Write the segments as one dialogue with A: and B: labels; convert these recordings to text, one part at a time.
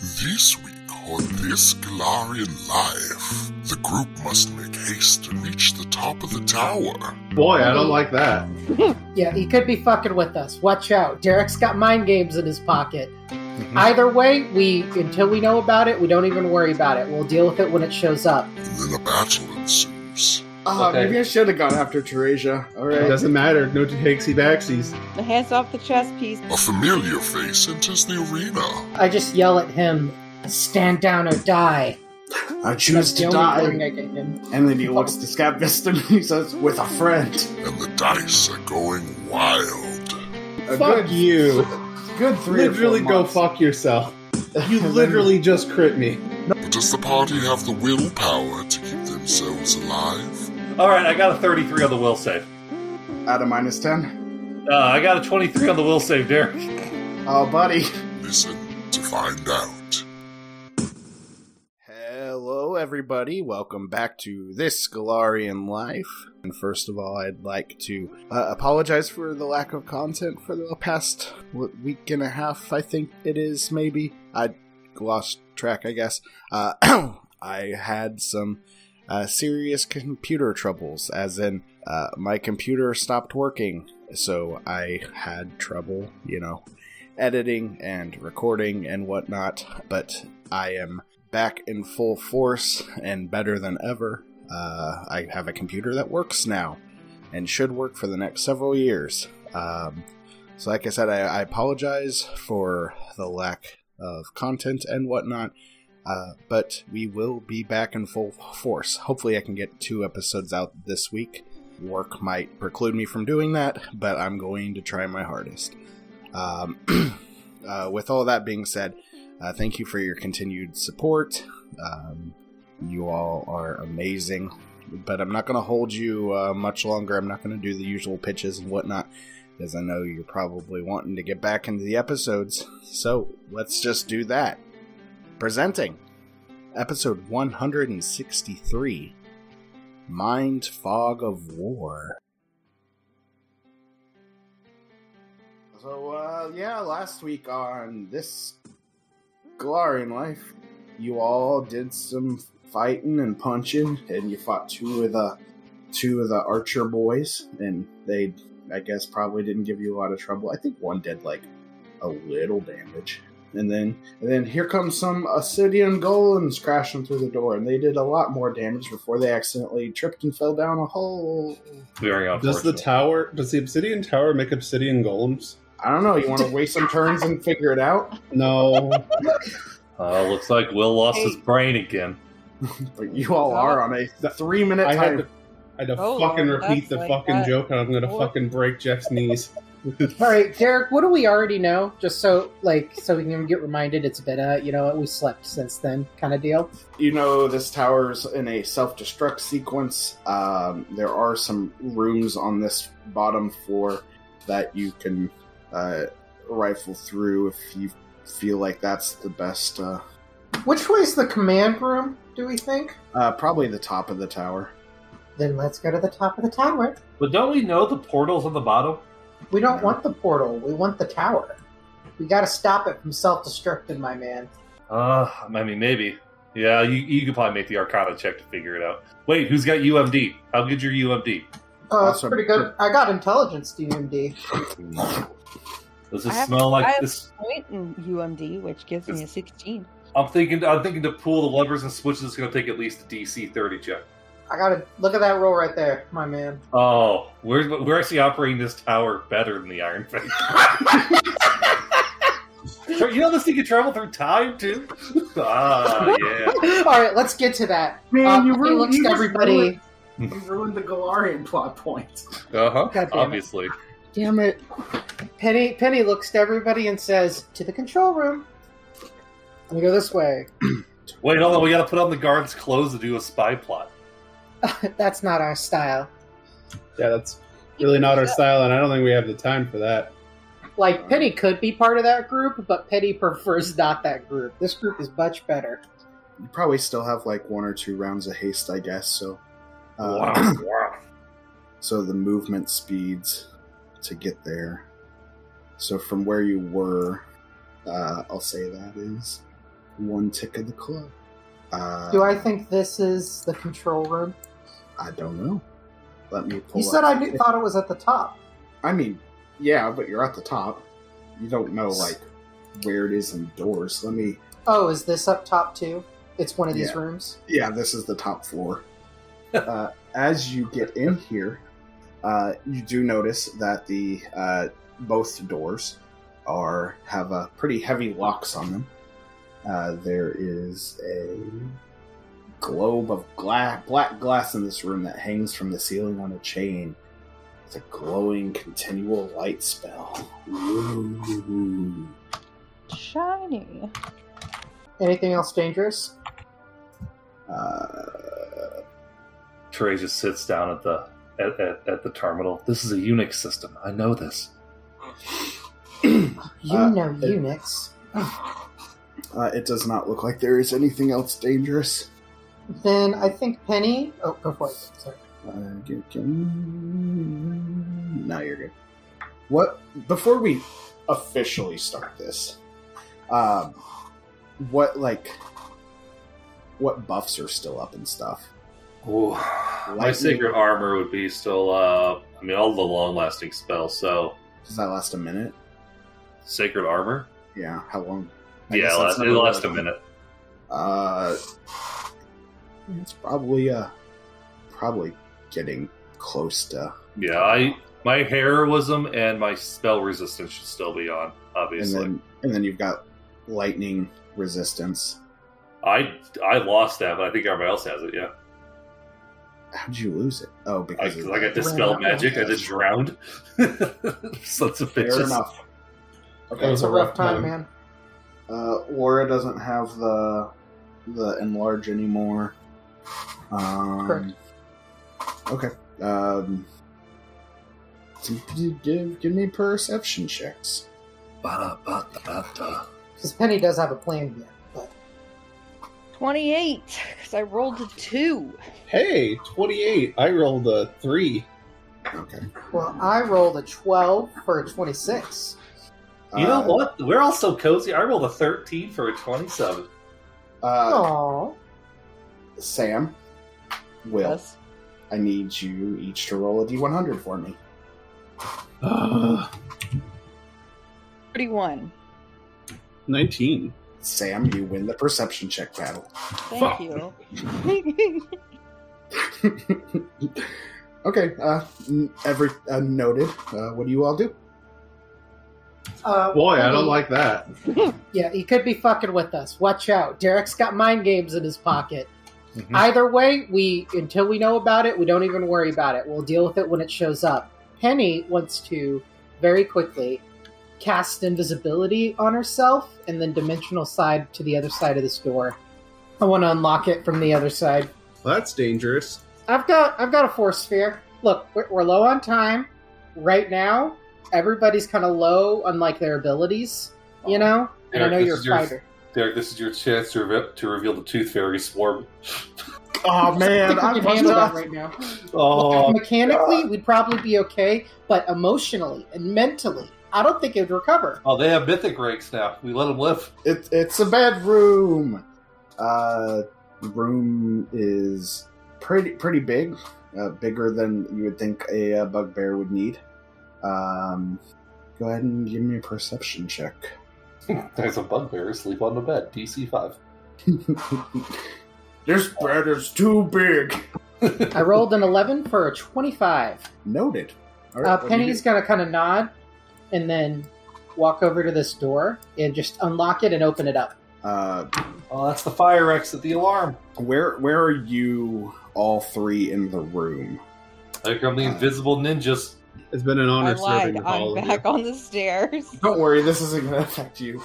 A: This week on This Galarian Life, the group must make haste and reach the top of the tower.
B: Boy, I don't like that.
C: Yeah, he could be fucking with us. Watch out. Derek's got mind games in his pocket.
D: Mm-hmm.
C: Either way, we until we know about it, we don't even worry about it. We'll deal with it when it shows up.
A: And then a battle ensues.
D: Oh,
E: Okay.
D: maybe I should have gone after Teresia. All
B: It
D: right.
B: doesn't matter. No takesy backsies.
F: The hands off the chess piece.
A: A familiar face enters the arena.
C: I just yell at him, stand down or die.
D: I
C: That's
D: choose
C: the
D: to
C: only warning
D: die.
C: I gave him.
D: And then he looks to Scott Vista and he says, with a friend.
A: And the dice are going wild.
B: fuck
D: A good,
B: you.
D: good three or four
B: literally go
D: months.
B: fuck yourself. You
D: And then-
B: literally just crit me.
A: But does the party have the willpower to keep themselves alive?
E: All right, I got a 33 on the will save.
D: Out of minus 10.
E: Uh, I got a 23 on the will save, Derek.
D: Oh, buddy.
A: Listen to find out.
D: Hello, everybody. Welcome back to This Galarian Life. And first of all, I'd like to uh, apologize for the lack of content for the past what, week and a half, I think it is, maybe. I lost track, I guess. Uh, I had some uh, serious computer troubles, as in, uh, my computer stopped working, so I had trouble, you know, editing and recording and whatnot. But I am back in full force and better than ever. Uh, I have a computer that works now and should work for the next several years. Um, so, like I said, I, I apologize for the lack of content and whatnot, uh, but we will be back in full force. Hopefully, I can get two episodes out this week. Work might preclude me from doing that, but I'm going to try my hardest. Um, uh, with all that being said, uh, thank you for your continued support. Um, you all are amazing. But I'm not going to hold you uh, much longer. I'm not going to do the usual pitches and whatnot, because I know you're probably wanting to get back into the episodes. So let's just do that. Presenting episode 163 Mind Fog of War. So, uh, yeah, last week on this Galarian life, you all did some fighting and punching, and you fought two of the two of the archer boys, and they, I guess, probably didn't give you a lot of trouble. I think one did like a little damage, and then and then here comes some Obsidian golems crashing through the door, and they did a lot more damage before they accidentally tripped and fell down a hole.
E: Very
B: Does
E: unfortunate.
B: the tower? Does the obsidian tower make obsidian golems?
D: I don't know. You want to waste some turns and figure it out,
B: No.
E: uh, looks like Will lost his brain again.
D: but you all are on a three minute
B: I had
D: time.
B: to. I had to
F: Oh,
B: fucking
F: Lord,
B: repeat
F: that's
B: the
F: like
B: fucking
F: that.
B: joke, and I'm gonna
F: What?
B: fucking break Jeff's knees.
C: All right, Derek, what do we already know? Just so like so we can get reminded it's been a you know, we slept since then kind of deal.
D: you know this tower's in a self-destruct sequence um, there are some rooms on this bottom floor that you can uh, rifle through if you feel like that's the best uh,
C: Which way's the command room, do we think?
D: uh, probably the top of the tower
C: Then let's go to the top of the tower.
E: But don't we know the portals on the bottom?
C: We don't want the portal, we want the tower. We gotta stop it from self destructing, my man.
E: Uh, I mean, maybe. Yeah, you, you could probably make the Arcana check to figure it out. Wait, who's got UMD? How good's your UMD?
C: Oh, that's
D: Awesome.
C: pretty good. I got intelligence DMD.
E: Does
F: I
E: this
F: have-
E: smell like
F: I have-
E: this?
F: Point in UMD, which gives me a 16.
E: I'm thinking. I'm thinking to pull the levers and switches is going to take at least a DC 30 check.
C: I gotta look at that roll right there, my man.
E: Oh, we're we're actually operating this tower better than the Iron Fang. you know this thing can travel through time too. Ah, yeah.
C: All right, let's get to that.
D: man
C: Uh, he looks to everybody.
D: you ruined the galarian plot point
E: Uh huh.
C: damn it.
E: Obviously.
D: damn it
C: Penny Penny looks to everybody and says, "To the control room." Let me go this way.
E: Wait, hold on. We got to put on the guards' clothes to do a spy plot.
C: That's not our style.
B: yeah, that's really not our style, and I don't think we have the time for that.
C: Like Penny could be part of that group, but Penny prefers not that group. This group is much better.
D: you probably still have like one or two rounds of haste i guess so uh,
E: Wow, wow.
D: so the movement speeds to get there. So from where you were, uh, I'll say that is one tick of the club. Uh,
C: Do I think this is the control room?
D: I don't know. Let me pull.
C: You said
D: up-
C: I knew- thought it was at the top.
D: I mean, yeah, but you're at the top. You don't know like where it is in the doors. Let me.
C: Oh, is this up top too? It's one of these
D: Yeah.
C: rooms.
D: Yeah, this is the top floor. uh, as you get in here, uh, you do notice that the uh, both doors are have uh, pretty heavy locks on them. Uh, there is a globe of gla- black glass in this room that hangs from the ceiling on a chain. It's a glowing continual light spell. Ooh.
F: Shiny.
C: Anything else dangerous?
D: Uh,
E: Trey just sits down at the at, at, at the terminal. This is a Unix system. I know this.
C: You
D: Uh,
C: know Unix.
D: uh, it does not look like there is anything else dangerous.
C: Then I think Penny. Oh, go for it. Sorry.
D: Uh, get- get- No, you're good. What? Before we officially start this, um, what like what buffs are still up and stuff?
E: Ooh. My
D: Lightning-
E: sacred armor would be still. Uh, I mean, all the long-lasting spells. So
D: Does that last a minute?
E: sacred armor.
D: Yeah. How long?
E: yeah,
D: guess that's
E: last,
D: not
E: it
D: really
E: lasts a
D: long.
E: minute.
D: Uh, it's probably uh, probably getting close to.
E: Yeah, I my heroism and my spell resistance should still be on.
D: and
E: Obviously,
D: then and then you've got lightning resistance.
E: I I lost that, but I think everybody else has it. Yeah,
D: How'd you lose it? Oh,
E: I,
D: because
E: 'cause
D: of
E: I got
D: the-
E: dispel
C: Right.
E: magic. I just drowned. Sons of
D: Fair
E: bitches.
D: enough.
C: It was a rough time, man.
D: Uh, Laura doesn't have the the enlarge anymore. Um,
C: Correct.
D: Okay. Um, give- give give me perception checks.
E: Ba-da-ba-da-ba-da.
C: Because Penny does have a plan here. But
F: 28, because I rolled a 2.
B: Hey, 28. I rolled a 3.
D: Okay.
C: well, I rolled a twelve for a twenty-six.
E: You know
D: Uh,
E: what? We're all so cozy. I rolled a 13 for a 27.
D: Uh,
C: Oh,
D: Sam, Will, I need you each to roll a d100 for me.
F: 31.
B: 19.
D: Sam, you win the perception check battle.
F: Thank you.
D: okay. Uh, n- every uh, noted. Uh, what do you all do?
C: uh,
B: Boy, I don't
C: Penny-
B: like that.
C: Yeah, he could be fucking with us. Watch out. Derek's got mind games in his pocket.
E: Mhm.
C: Either way, we until we know about it, we don't even worry about it. We'll deal with it when it shows up. Penny wants to very quickly cast invisibility on herself and then dimensional side to the other side of this door. I want to unlock it from the other side.
B: That's dangerous.
C: I've got I've got a force sphere. Look, we're, we're low on time right now. Everybody's kind of low on like their abilities, you know. And I
E: Derek,
C: know
E: this
C: you're a
E: is your-
C: fighter.
E: Derek, this is your chance to, re- to reveal the Tooth Fairy swarm.
D: Oh man,
C: I
D: I'm
C: think we can handle that right now.
E: Oh,
C: Mechanically, we'd probably be okay, but emotionally and mentally, I don't think it would recover.
E: oh, they have mythic ranks now. We let them live.
D: It, it's a bedroom. Uh, the room is pretty pretty big, uh, bigger than you would think a, uh bugbear would need. Um, go ahead and give me a perception check.
E: There's a bugbear asleep on the bed. DC 5.
D: this bed is too big.
C: I rolled an 11 for a 25.
D: Noted. All
C: Uh,
D: right, what do you
C: Penny's going to kind of nod and then walk over to this door and just unlock it and open it up.
D: do? Uh,
E: Oh, that's the fire exit, the alarm.
D: where where are you all three in the room?
E: There come the invisible ninjas.
B: It's been an
F: I
B: honor
F: lied.
B: serving with
F: I'm
B: all of you.
F: back on the stairs.
C: Um,
D: Don't worry, this isn't going to affect you.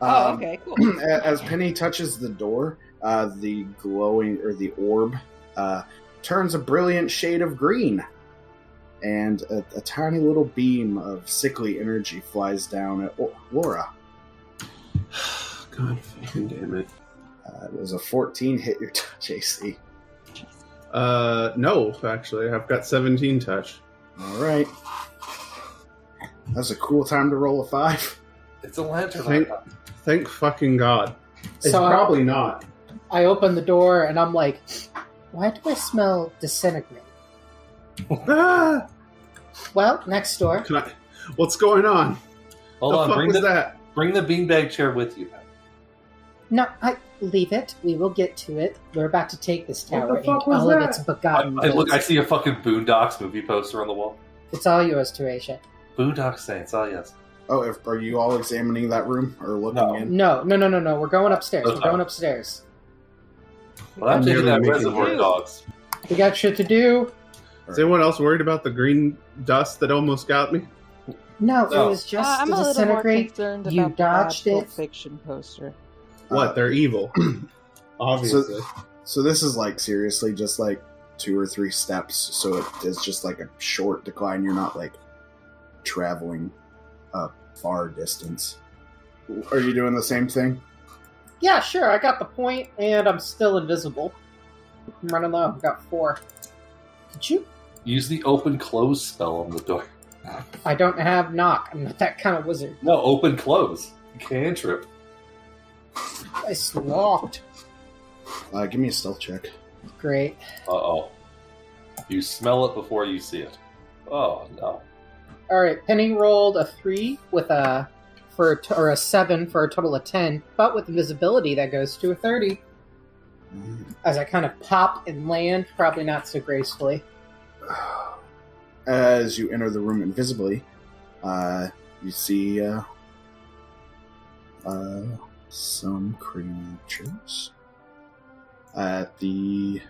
F: Oh,
D: Um,
F: okay, cool.
D: A- as Penny touches the door, uh, the glowing or the orb uh, turns a brilliant shade of green, and a, a tiny little beam of sickly energy flies down at O- Laura.
B: God fucking damn it.
D: Uh, it was a 14 hit your touch AC.
B: Uh, no, actually. I've got 17 touch.
D: All right, that was a cool time to roll a five.
E: It's a lantern.
B: Thank, thank fucking God. It's
C: So I-
B: probably not.
C: I open the door and I'm like, why do I smell disintegrate?
B: Ah,
C: Well, next door.
B: can I, what's going on?
E: Hold
B: the
E: on,
B: fuck
E: bring
B: was
E: the
B: that?
E: bring the beanbag chair with you.
C: No, I leave it. We will get to it. We're about to take this
B: What
C: tower
B: the fuck
C: and
B: was
C: all of
B: that?
C: its
E: I,
C: begotten.
E: I look, I
C: goods.
E: see a fucking Boondocks movie poster on the wall.
C: It's all yours, Teresia.
E: Boondock Saints. Oh yes.
D: Oh, if, are you all examining that room or looking
E: No.
D: in?
C: No, no, no, no, no. We're going upstairs.
E: Okay.
C: We're going upstairs.
E: Well, I'm
B: I'm
E: taking
B: nearly
E: that
B: making
E: Reservoir
F: it.
E: Dogs.
C: We got shit to do.
B: Is anyone else worried about the green dust that almost got me?
C: No,
E: No.
C: it was
F: Uh,
C: just
F: I'm
C: the
F: a little more
C: disintegrate.
F: concerned
C: You
F: about
C: dodged
F: the Pulp
C: it.
F: Fiction poster.
E: Uh,
D: Uh,
B: What? They're evil. Obviously.
D: So this is like seriously just like two or three steps. So it is just like a short decline. You're not like traveling a far distance. Are you doing the same thing?
C: Yeah, sure. I got the point, and I'm still invisible. I'm running low. I got four. Did you?
E: Use the open close spell on the door.
C: I don't have knock. I'm not that kind of wizard.
E: No, open close. Cantrip.
C: I slogged.
D: Uh, give me a stealth check.
C: Great.
E: Uh oh. You smell it before you see it. Oh no.
C: All right, Penny rolled a three with a for a t- or a seven for a total of ten, but with invisibility that goes to a thirty.
D: Mm.
C: As I kind of pop and land, probably not so gracefully.
D: As you enter the room invisibly, uh, you see uh, uh, some creatures at the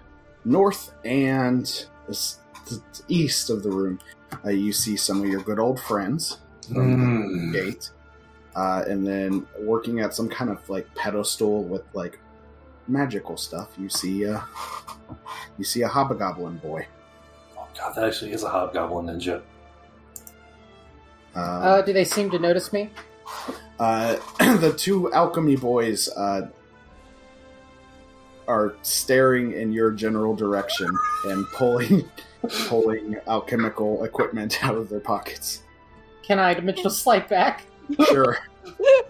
D: north and s- t- t- east of the room. Uh, you see some of your good old friends from
B: Hmm.
E: Hmm.
D: the gate, uh, and then working at some kind of like pedestal with like magical stuff. You see, uh, you see a hobgoblin boy.
E: Oh god, that actually is a hobgoblin ninja.
C: Uh, do they seem to notice me?
D: Uh, the two alchemy boys uh, are staring in your general direction and pulling pulling alchemical equipment out of their pockets.
C: Can I dimensional slide back?
D: Sure.
C: Can I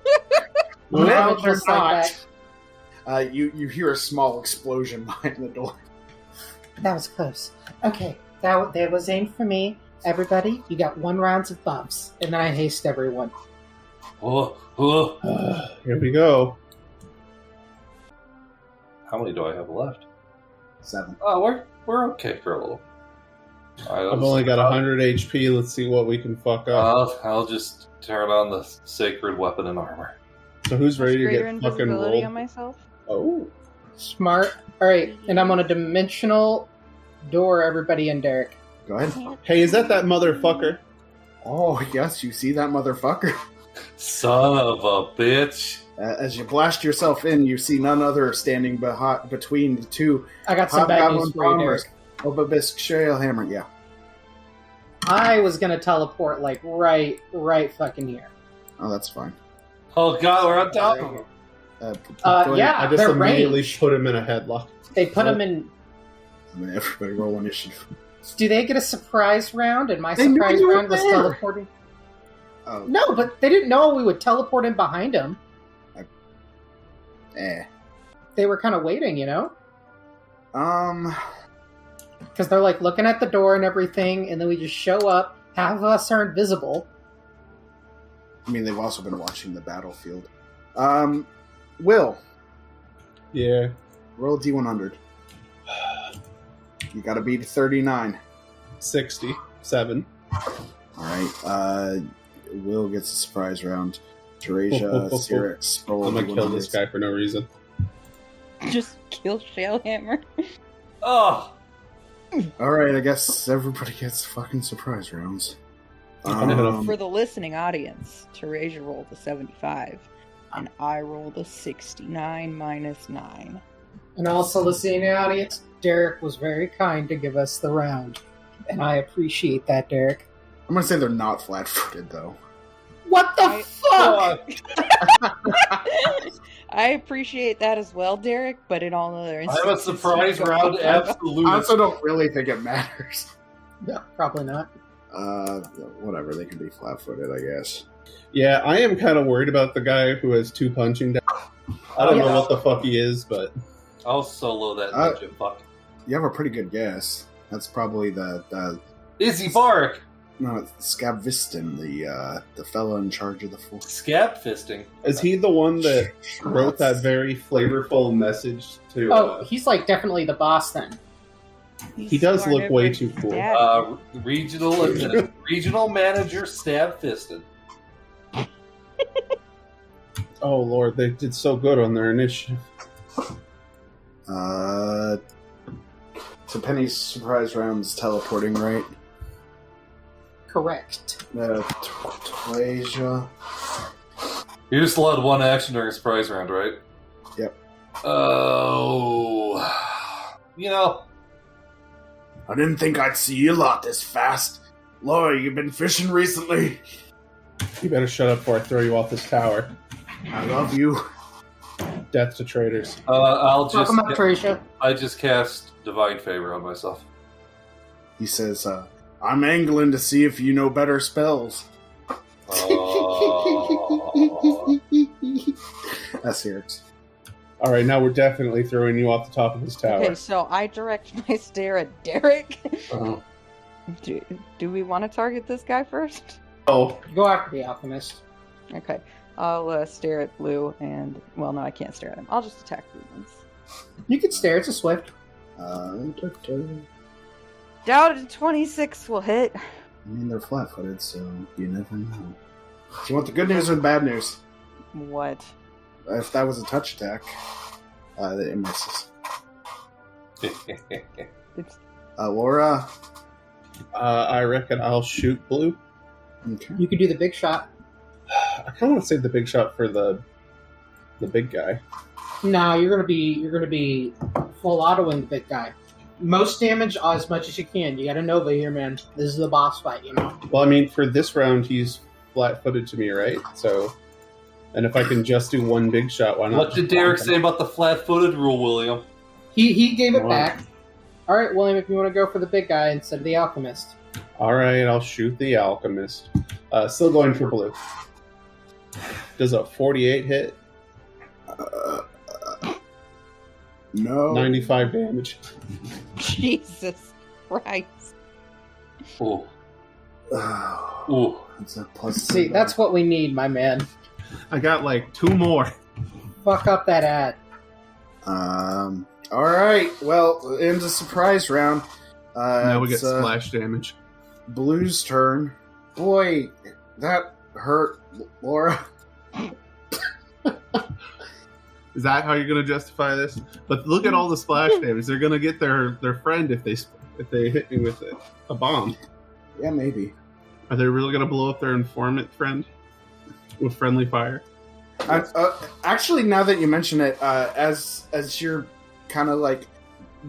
B: No,
C: dimensional
B: they're
C: slide
B: not.
C: back?
D: Uh, you you hear a small explosion behind the door.
C: That was close. Okay, that w- that was aimed for me. Everybody, you got one rounds of bumps, and then I haste everyone.
E: Oh, oh.
B: Uh, Here we go.
E: How many do I have left?
D: Seven.
E: Oh, we're we're okay for a little. I
B: I've only got 100 HP. Let's see what we can fuck up.
E: I'll, Uh, I'll just turn on the sacred weapon and armor.
B: so who's ready to
F: Greater
B: get fucking
F: invisibility
B: rolled?
F: on myself.
B: Oh,
C: Smart. All right, and I'm on a dimensional door. Everybody and Derek.
D: Go ahead.
B: hey, is that that motherfucker?
D: Oh yes, you see that motherfucker.
E: Son of a bitch!
D: Uh, as you blast yourself in, you see none other standing behi- between the two
C: I got some bad news
D: hobgoblin
C: for you, Derek.
D: bombers. Obabisk Shailhammer. Yeah.
C: I was gonna teleport like right, right fucking here.
D: Oh, that's fine.
E: Oh god, we're on top of him.
D: Uh, p-
C: Uh,
D: go ahead.
C: yeah,
B: I just
C: they're
B: immediately
C: ranged.
B: put him in a headlock.
C: They put them in.
D: And then everybody roll initiative.
C: Do they get a surprise round? And my
D: They knew
C: surprise
D: you were
C: round was
D: there.
C: teleporting.
D: Oh,
C: No, but they didn't know we would teleport in behind them.
D: eh.
C: They were kind of waiting, you know,
D: Um,
C: because they're like looking at the door and everything, and then we just show up. Half of us are invisible.
D: I mean, they've also been watching the battlefield. Um, Will,
B: Yeah.
D: roll D100. You gotta beat 39.
B: 67.
D: Alright, uh, Will gets a surprise round. Teresia, Cyrix, roll
B: I'm gonna kill this
D: D100s.
B: guy for no reason.
F: Just kill Shalehammer.
E: Oh,
D: Alright, I guess everybody gets fucking surprise rounds.
B: I'm gonna
D: Um,
F: For the listening audience, Teresia rolled a 75, and I rolled a 69 minus 9.
C: And also, listening to the audience, Derek was very kind to give us the round, and I appreciate that, Derek.
D: I'm gonna say they're not flat footed, though.
C: What the
F: I-
C: fuck?
F: I appreciate that as well, Derek, but in all other
E: I
F: instances.
E: have a surprise
F: you don't
E: round.
F: get that.
E: Absolutely.
D: I also don't really think it matters.
C: No, probably not.
D: Uh, whatever, they can be flat footed, I guess.
B: Yeah, I am kind of worried about the guy who has two punching down. I don't
C: Yeah.
B: know what the fuck he is, but
E: I'll solo that
D: Uh,
E: ninja fuck.
D: You have a pretty good guess. That's probably the, the
E: Izzy Bark!
D: no it's Scabviston, the uh, the fellow in charge of the force.
E: Scab fisting.
B: is he the one that wrote that very flavorful message to?
C: Oh,
B: Uh,
C: he's like definitely the boss then.
B: He does look way too cool.
E: Uh, regional regional manager stab fisted.
B: oh lord, they did so good on their initiative.
D: Uh, so Penny's surprise round's teleporting, right?
C: Correct.
D: Uh, Twasia.
E: You just allowed one action during a surprise round, right?
D: Yep.
E: Oh, you know,
D: I didn't think I'd see you lot this fast. Laura, you've been fishing recently.
B: You better shut up before I throw you off this tower.
D: I love you.
B: Death to traitors.
E: uh, I'll just
C: Welcome up, Tricia.
E: I just cast divine favor on myself.
D: He says, uh, I'm angling to see if you know better spells.
E: Uh, Oh.
D: That's yours.
B: All right, now we're definitely throwing you off the top of this tower.
F: Okay, so I direct my stare at Derek.
E: Uh-huh.
B: Oh.
F: Do, do we want to target this guy first?
B: Oh,
C: Go after the alchemist.
F: Okay, I'll uh, stare at Blue and well, no, I can't stare at him. I'll just attack Blue once.
C: You could stare. It's a swift.
D: Uh, I
F: Doubt a twenty-six will hit.
D: mean, they're flat footed, so you never know. Do you want the good news or the bad news?
F: What?
D: If that was a touch attack, uh, it misses. Uh, Laura.
B: uh, I reckon I'll shoot blue.
D: Okay.
C: You could do the big shot.
B: I kind of want to save the big shot for the the big guy.
C: No, you're gonna be you're gonna be full autoing the big guy. Most damage uh, as much as you can. You got a Nova here, man. This is the boss fight, you know.
B: Well, I mean, for this round, he's flat-footed to me, right? So, and if I can just do one big shot, why not?
E: what did Derek say about the flat-footed rule, William?
C: He he gave it
B: Wow.
C: back. All right, William, if you want to go for the big guy instead of the alchemist,
B: All right, I'll shoot the alchemist. Uh, still going for blue. Does a forty-eight hit?
D: Uh, uh,
B: Oh.
D: no.
B: Ninety-five damage.
F: Jesus Christ!
E: Ooh,
D: Oh,
E: ooh.
D: that's a plus.
C: see that's what we need, my man.
B: I got like two more.
C: Fuck up that ad.
D: Um. All right. Well, it ends a surprise round. Uh,
B: now we get
D: it's, uh,
B: splash damage.
D: Blue's turn. Boy, that hurt, Laura.
B: Is that how you're going to justify this? But look at all the splash damage. They're going to get their their friend if they if they hit me with a, a bomb.
D: Yeah, maybe.
B: Are they really going to blow up their informant friend with friendly fire?
D: I, uh, actually, now that you mention it, uh, as as you're kind of like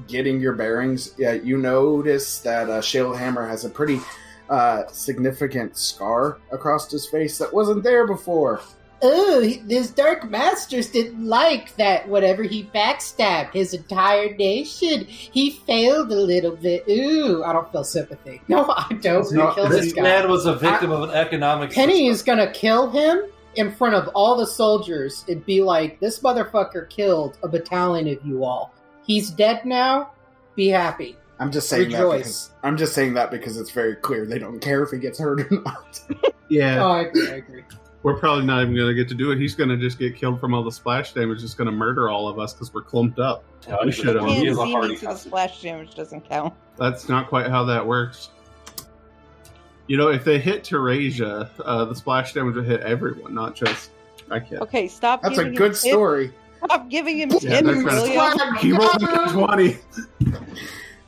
D: getting your bearings, yeah, you notice that uh, Shale Hammer has a pretty uh, significant scar across his face that wasn't there before.
C: Oh, his Dark Masters didn't like that. Whatever he backstabbed his entire nation, he failed a little bit. Ooh, I don't feel sympathy. No, I don't.
B: No,
C: Kill this
E: This
C: guy.
E: man was a victim of an economic.
C: Penny
E: system.
C: is gonna kill him in front of all the soldiers and be like, "This motherfucker killed a battalion of you all. He's dead now. Be happy."
D: I'm just saying that.
C: Rejoice.
D: Because, I'm just saying that because it's very clear they don't care if he gets hurt or not.
B: Yeah,
C: Oh, I agree. I agree.
B: we're probably not even going to get to do it. He's going to just get killed from all the splash damage. Just going to murder all of us because we're clumped up.
E: Yeah,
B: we
E: he's a-
B: should've.
E: He
F: And
E: is a
F: see
E: hardy
F: me, so the
E: customer.
F: splash damage doesn't count.
B: That's not quite how that works. You know, if they hit Teresia, uh, the splash damage would hit everyone, not just. I kid.
F: Okay, stop.
D: That's a
F: giving him
D: good
F: tips.
D: story.
F: Stop giving him
B: Yeah,
F: tips,
B: that's right.
F: William.
B: He rolled a twenty.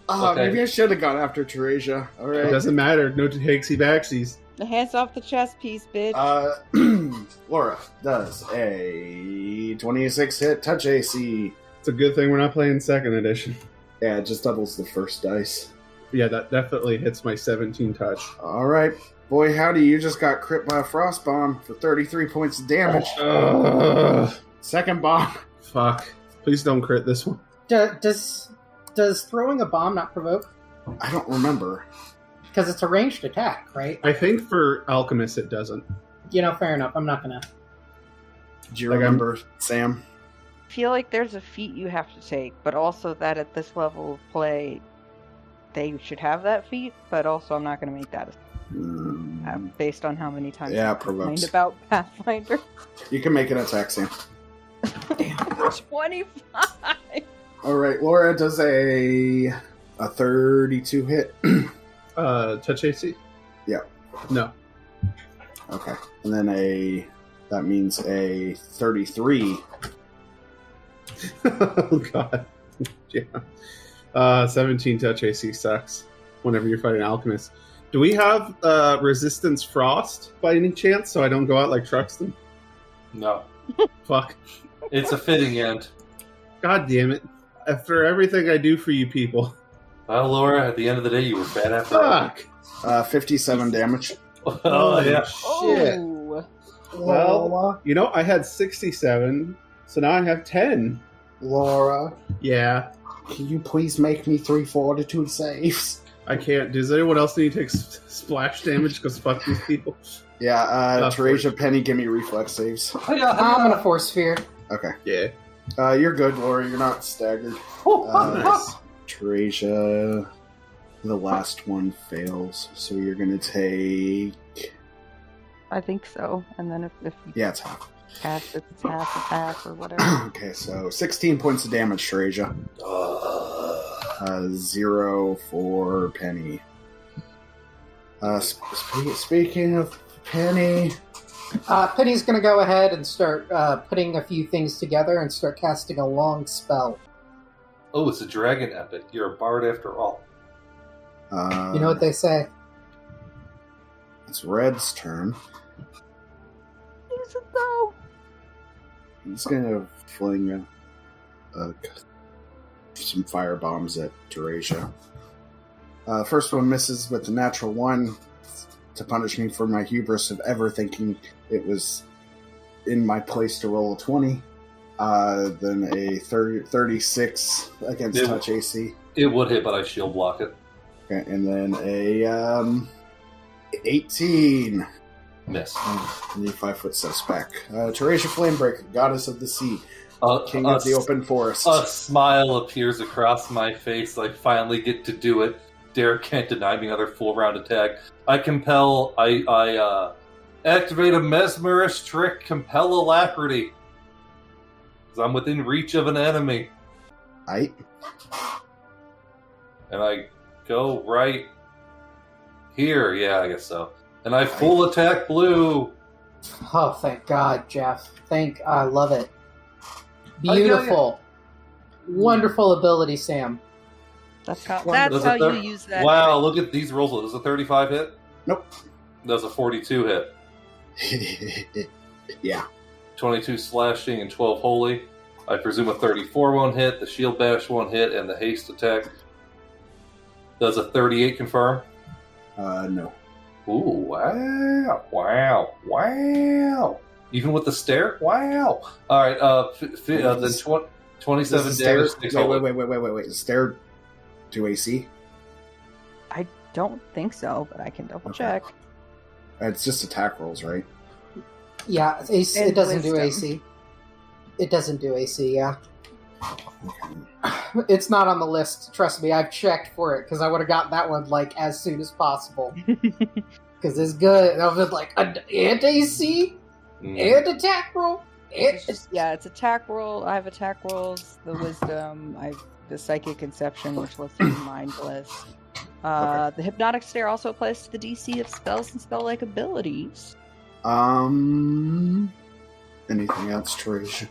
D: Oh,
E: Okay.
D: maybe I should have gone after Teresia. All
B: It
D: right.
B: doesn't matter. No E takesy backsies.
F: Hands off the chess piece, bitch.
D: Uh, Laura does a 26 hit touch AC.
B: It's a good thing we're not playing second edition.
D: Yeah, it just doubles the first dice.
B: Yeah, that definitely hits my 17 touch.
D: All right. Boy, howdy, you just got crit by a frost bomb for 33 points of damage.
B: Ugh,
D: Second bomb.
B: fuck. Please don't crit this one.
C: Do, does does throwing a bomb not provoke?
D: I don't remember.
C: Because it's a ranged attack, right?
B: I think for Alchemist it doesn't.
C: You know, fair enough. I'm not gonna.
D: Do you
B: Like, I'm-
D: remember, Sam?
F: feel like there's a feat you have to take, but also that at this level of play, they should have that feat. But also, I'm not going to make that a- uh, based on how many times
D: Mm-hmm. Yeah,
F: I've complained
D: provokes.
F: about Pathfinder.
D: You can make an attack, Sam.
F: Twenty-five.
D: All right, Laura does a a thirty-two hit.
B: Uh, touch AC.
D: Yeah.
B: No.
D: okay, and then a that means a thirty-three.
B: oh god. yeah. Uh, seventeen touch AC sucks. Whenever you're fighting alchemists. Do we have uh, resistance frost by any chance? So I don't go out like Truxton.
E: No,
B: Fuck.
E: it's a fitting end.
B: God damn it. After everything I do for you people.
E: Well, Laura, at the end of the day, you were bad after all.
B: Fuck.
D: Uh, Fifty-seven damage.
E: Ah. oh yeah.
B: Shit.
F: Oh,
B: Well- You know, I had 67, so now I have 10.
D: Laura,
B: Yeah,
D: can you please make me three fortitude saves?
B: I can't. Does anyone else need to take s- splash damage? Because fuck these people.
D: Yeah, uh,
B: Uh,
D: Teresia, Penny, give me reflex saves.
C: I'm gonna force fear.
B: Yeah.
D: Uh, you're good, Laura. You're not staggered. Uh,
B: Nice.
D: Teresia, the last one fails, so you're gonna take.
F: I think so. And then if, if you
D: Yeah, it's half.
F: pass, it's half, it's half, or whatever.
D: okay, so 16 points of damage, Teresia. Uh, zero for Penny. Uh, sp- spe- speaking of Penny,
C: Uh, Penny's gonna go ahead and start uh, putting a few things together and start casting a long spell.
E: Oh, it's a dragon epic. You're a bard after all.
D: uh,
C: You know what they say?
D: it's Red's turn.
F: Use it though.
D: He's gonna fling a, a, some fire bombs at Teresia. Uh, first one misses with the natural one to punish me for my hubris of ever thinking it was in my place to roll a 20. Uh, then a 30, 36 against
E: Yeah.
D: touch AC.
E: It would hit, but I shield block it.
D: Okay, And then a um, 18.
E: Miss.
D: Oh, I need five foot steps back. Uh, Teresia Flamebreaker, goddess of the sea,
E: Uh,
D: king
E: a
D: of the open forest.
E: A smile appears across my face. I finally get to do it. Derek can't deny me another full round attack. I compel. I I uh, activate a mesmerist trick. Compel alacrity. 'Cause I'm within reach of an enemy,
D: Aight.
E: and I go right here. Yeah, I guess so. And I full attack blue.
C: Oh, thank God, Jeff. Thank, I love it.
E: yeah, yeah.
C: Beautiful, wonderful ability, Sam.
F: That's how.
C: Wonderful.
F: That's how
E: Those are
F: you
E: thir-
F: use that.
E: Wow, look at these rolls. Does a 35 hit?
D: Nope.
E: Does a 42 hit?
D: yeah.
E: 22 slashing and 12 holy. I presume a 34 won't hit, the shield bash won't hit, and the haste attack. Does a 38 confirm?
D: Uh, no.
E: Ooh, wow, wow, wow. Even with the stare? Wow. All right, uh, f- f- uh then tw- 27
D: Does the
E: damage.
D: stare- wait,
E: six holy.
D: wait, wait, wait, wait, wait. Is Stare to AC?
F: Don't think so, but I can double
D: Okay.
F: check.
D: Uh, It's just attack rolls, right?
C: Yeah, it's AC, it
F: And
C: doesn't do
F: wisdom.
C: AC. It doesn't do AC. Yeah,
D: Okay.
C: it's not on the list. Trust me, I've checked for it because I would have got that one like as soon as possible because it's good. I was like, and and AC
E: Mm.
C: and attack roll. And,
F: It's just- yeah, it's attack roll. I have attack rolls, the wisdom, I the psychic conception, which lets you mindless. Uh, The hypnotic stare also applies to the DC of spells and spell-like abilities.
D: Um. Anything else, Teresia?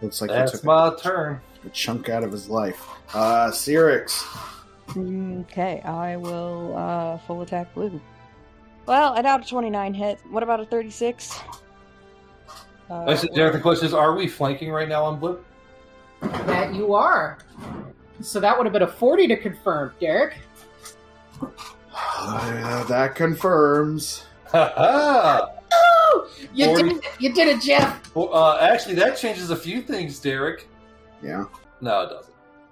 D: Looks like you
E: That's
D: took
E: my
D: a,
E: turn.
D: a chunk out of his life. Uh, Cyrix.
F: Okay, I will uh, full attack blue. Well, I doubt a twenty-nine hit. What about a thirty-six? Uh,
E: Actually, Derek, the question is are we flanking right now on blue?
C: That you are. So that would have been a forty to confirm, Derek.
D: Uh, that confirms.
E: Ha ha!
C: Woo! You
E: 40.
C: did it! You did it, Jeff.
E: Well, uh, actually, that changes a few things, Derek.
D: Yeah.
E: No,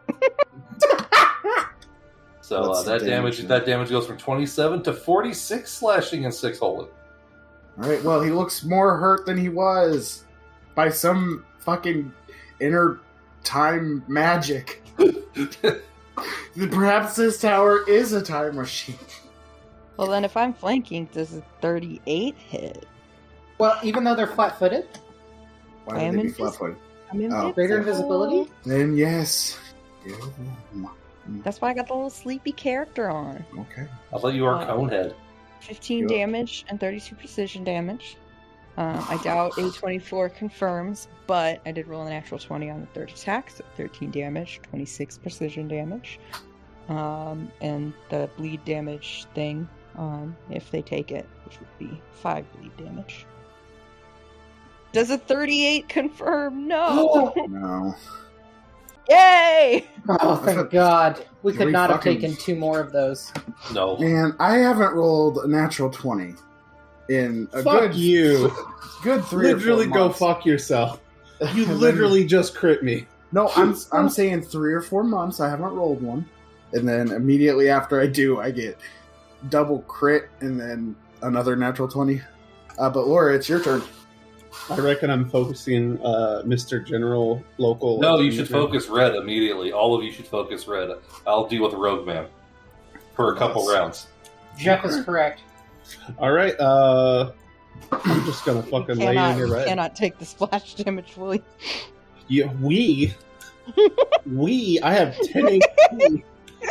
E: it doesn't. so uh,
D: What's the
E: that damage,
D: damage now?
E: that damage goes from twenty-seven to forty-six slashing and six holy.
D: All right. Well, he looks more hurt than he was by some fucking inner time magic. Perhaps this tower is a time machine.
F: Well, then if I'm flanking, does a 38 hit?
C: Well, even though they're flat-footed,
D: Why
F: I am
D: would they be
F: invisible.
D: flat-footed?
F: I'm
D: Oh.
C: greater
D: Yeah.
C: invisibility.
D: Then yes. Give them.
F: That's why I got the little sleepy character on.
D: Okay.
E: I thought you were
F: Uh,
E: Conehead.
F: 15
D: Yeah.
F: damage and 32 precision damage. Um, I doubt A24 confirms, but I did roll a natural 20 on the third attack, so 13 damage, 26 precision damage, um, and the bleed damage thing, um, if they take it, which would be 5 bleed damage. Does a 38 confirm? No!
D: No.
F: Yay!
C: Oh,
D: That's a-
C: thank God! We could
D: Three
C: not have
D: fucking-
C: taken two more of those.
E: No.
D: Man, I haven't rolled a natural twenty in a
B: Fuck
D: good
B: you.
D: Good three. or four
B: literally go
D: months.
B: fuck yourself. You
D: And then-
B: literally just crit me.
D: No, I'm I'm saying three or four months. I haven't rolled one, and then immediately after I do, I get double crit and then another natural twenty. Uh, but Laura, it's your turn.
B: I reckon I'm focusing uh, Mr. General Local.
E: No, you should
B: Manager.
E: focus red immediately. All of you should focus red. I'll deal with Rogue Man for a couple
D: Nice.
E: rounds.
C: Jeff is correct.
B: All right, uh, I'm just gonna
F: You
B: fucking lay
F: cannot,
B: in here
F: you
B: right.
F: cannot take the splash damage, Willie.
B: Yeah, we, we, I have ten HP,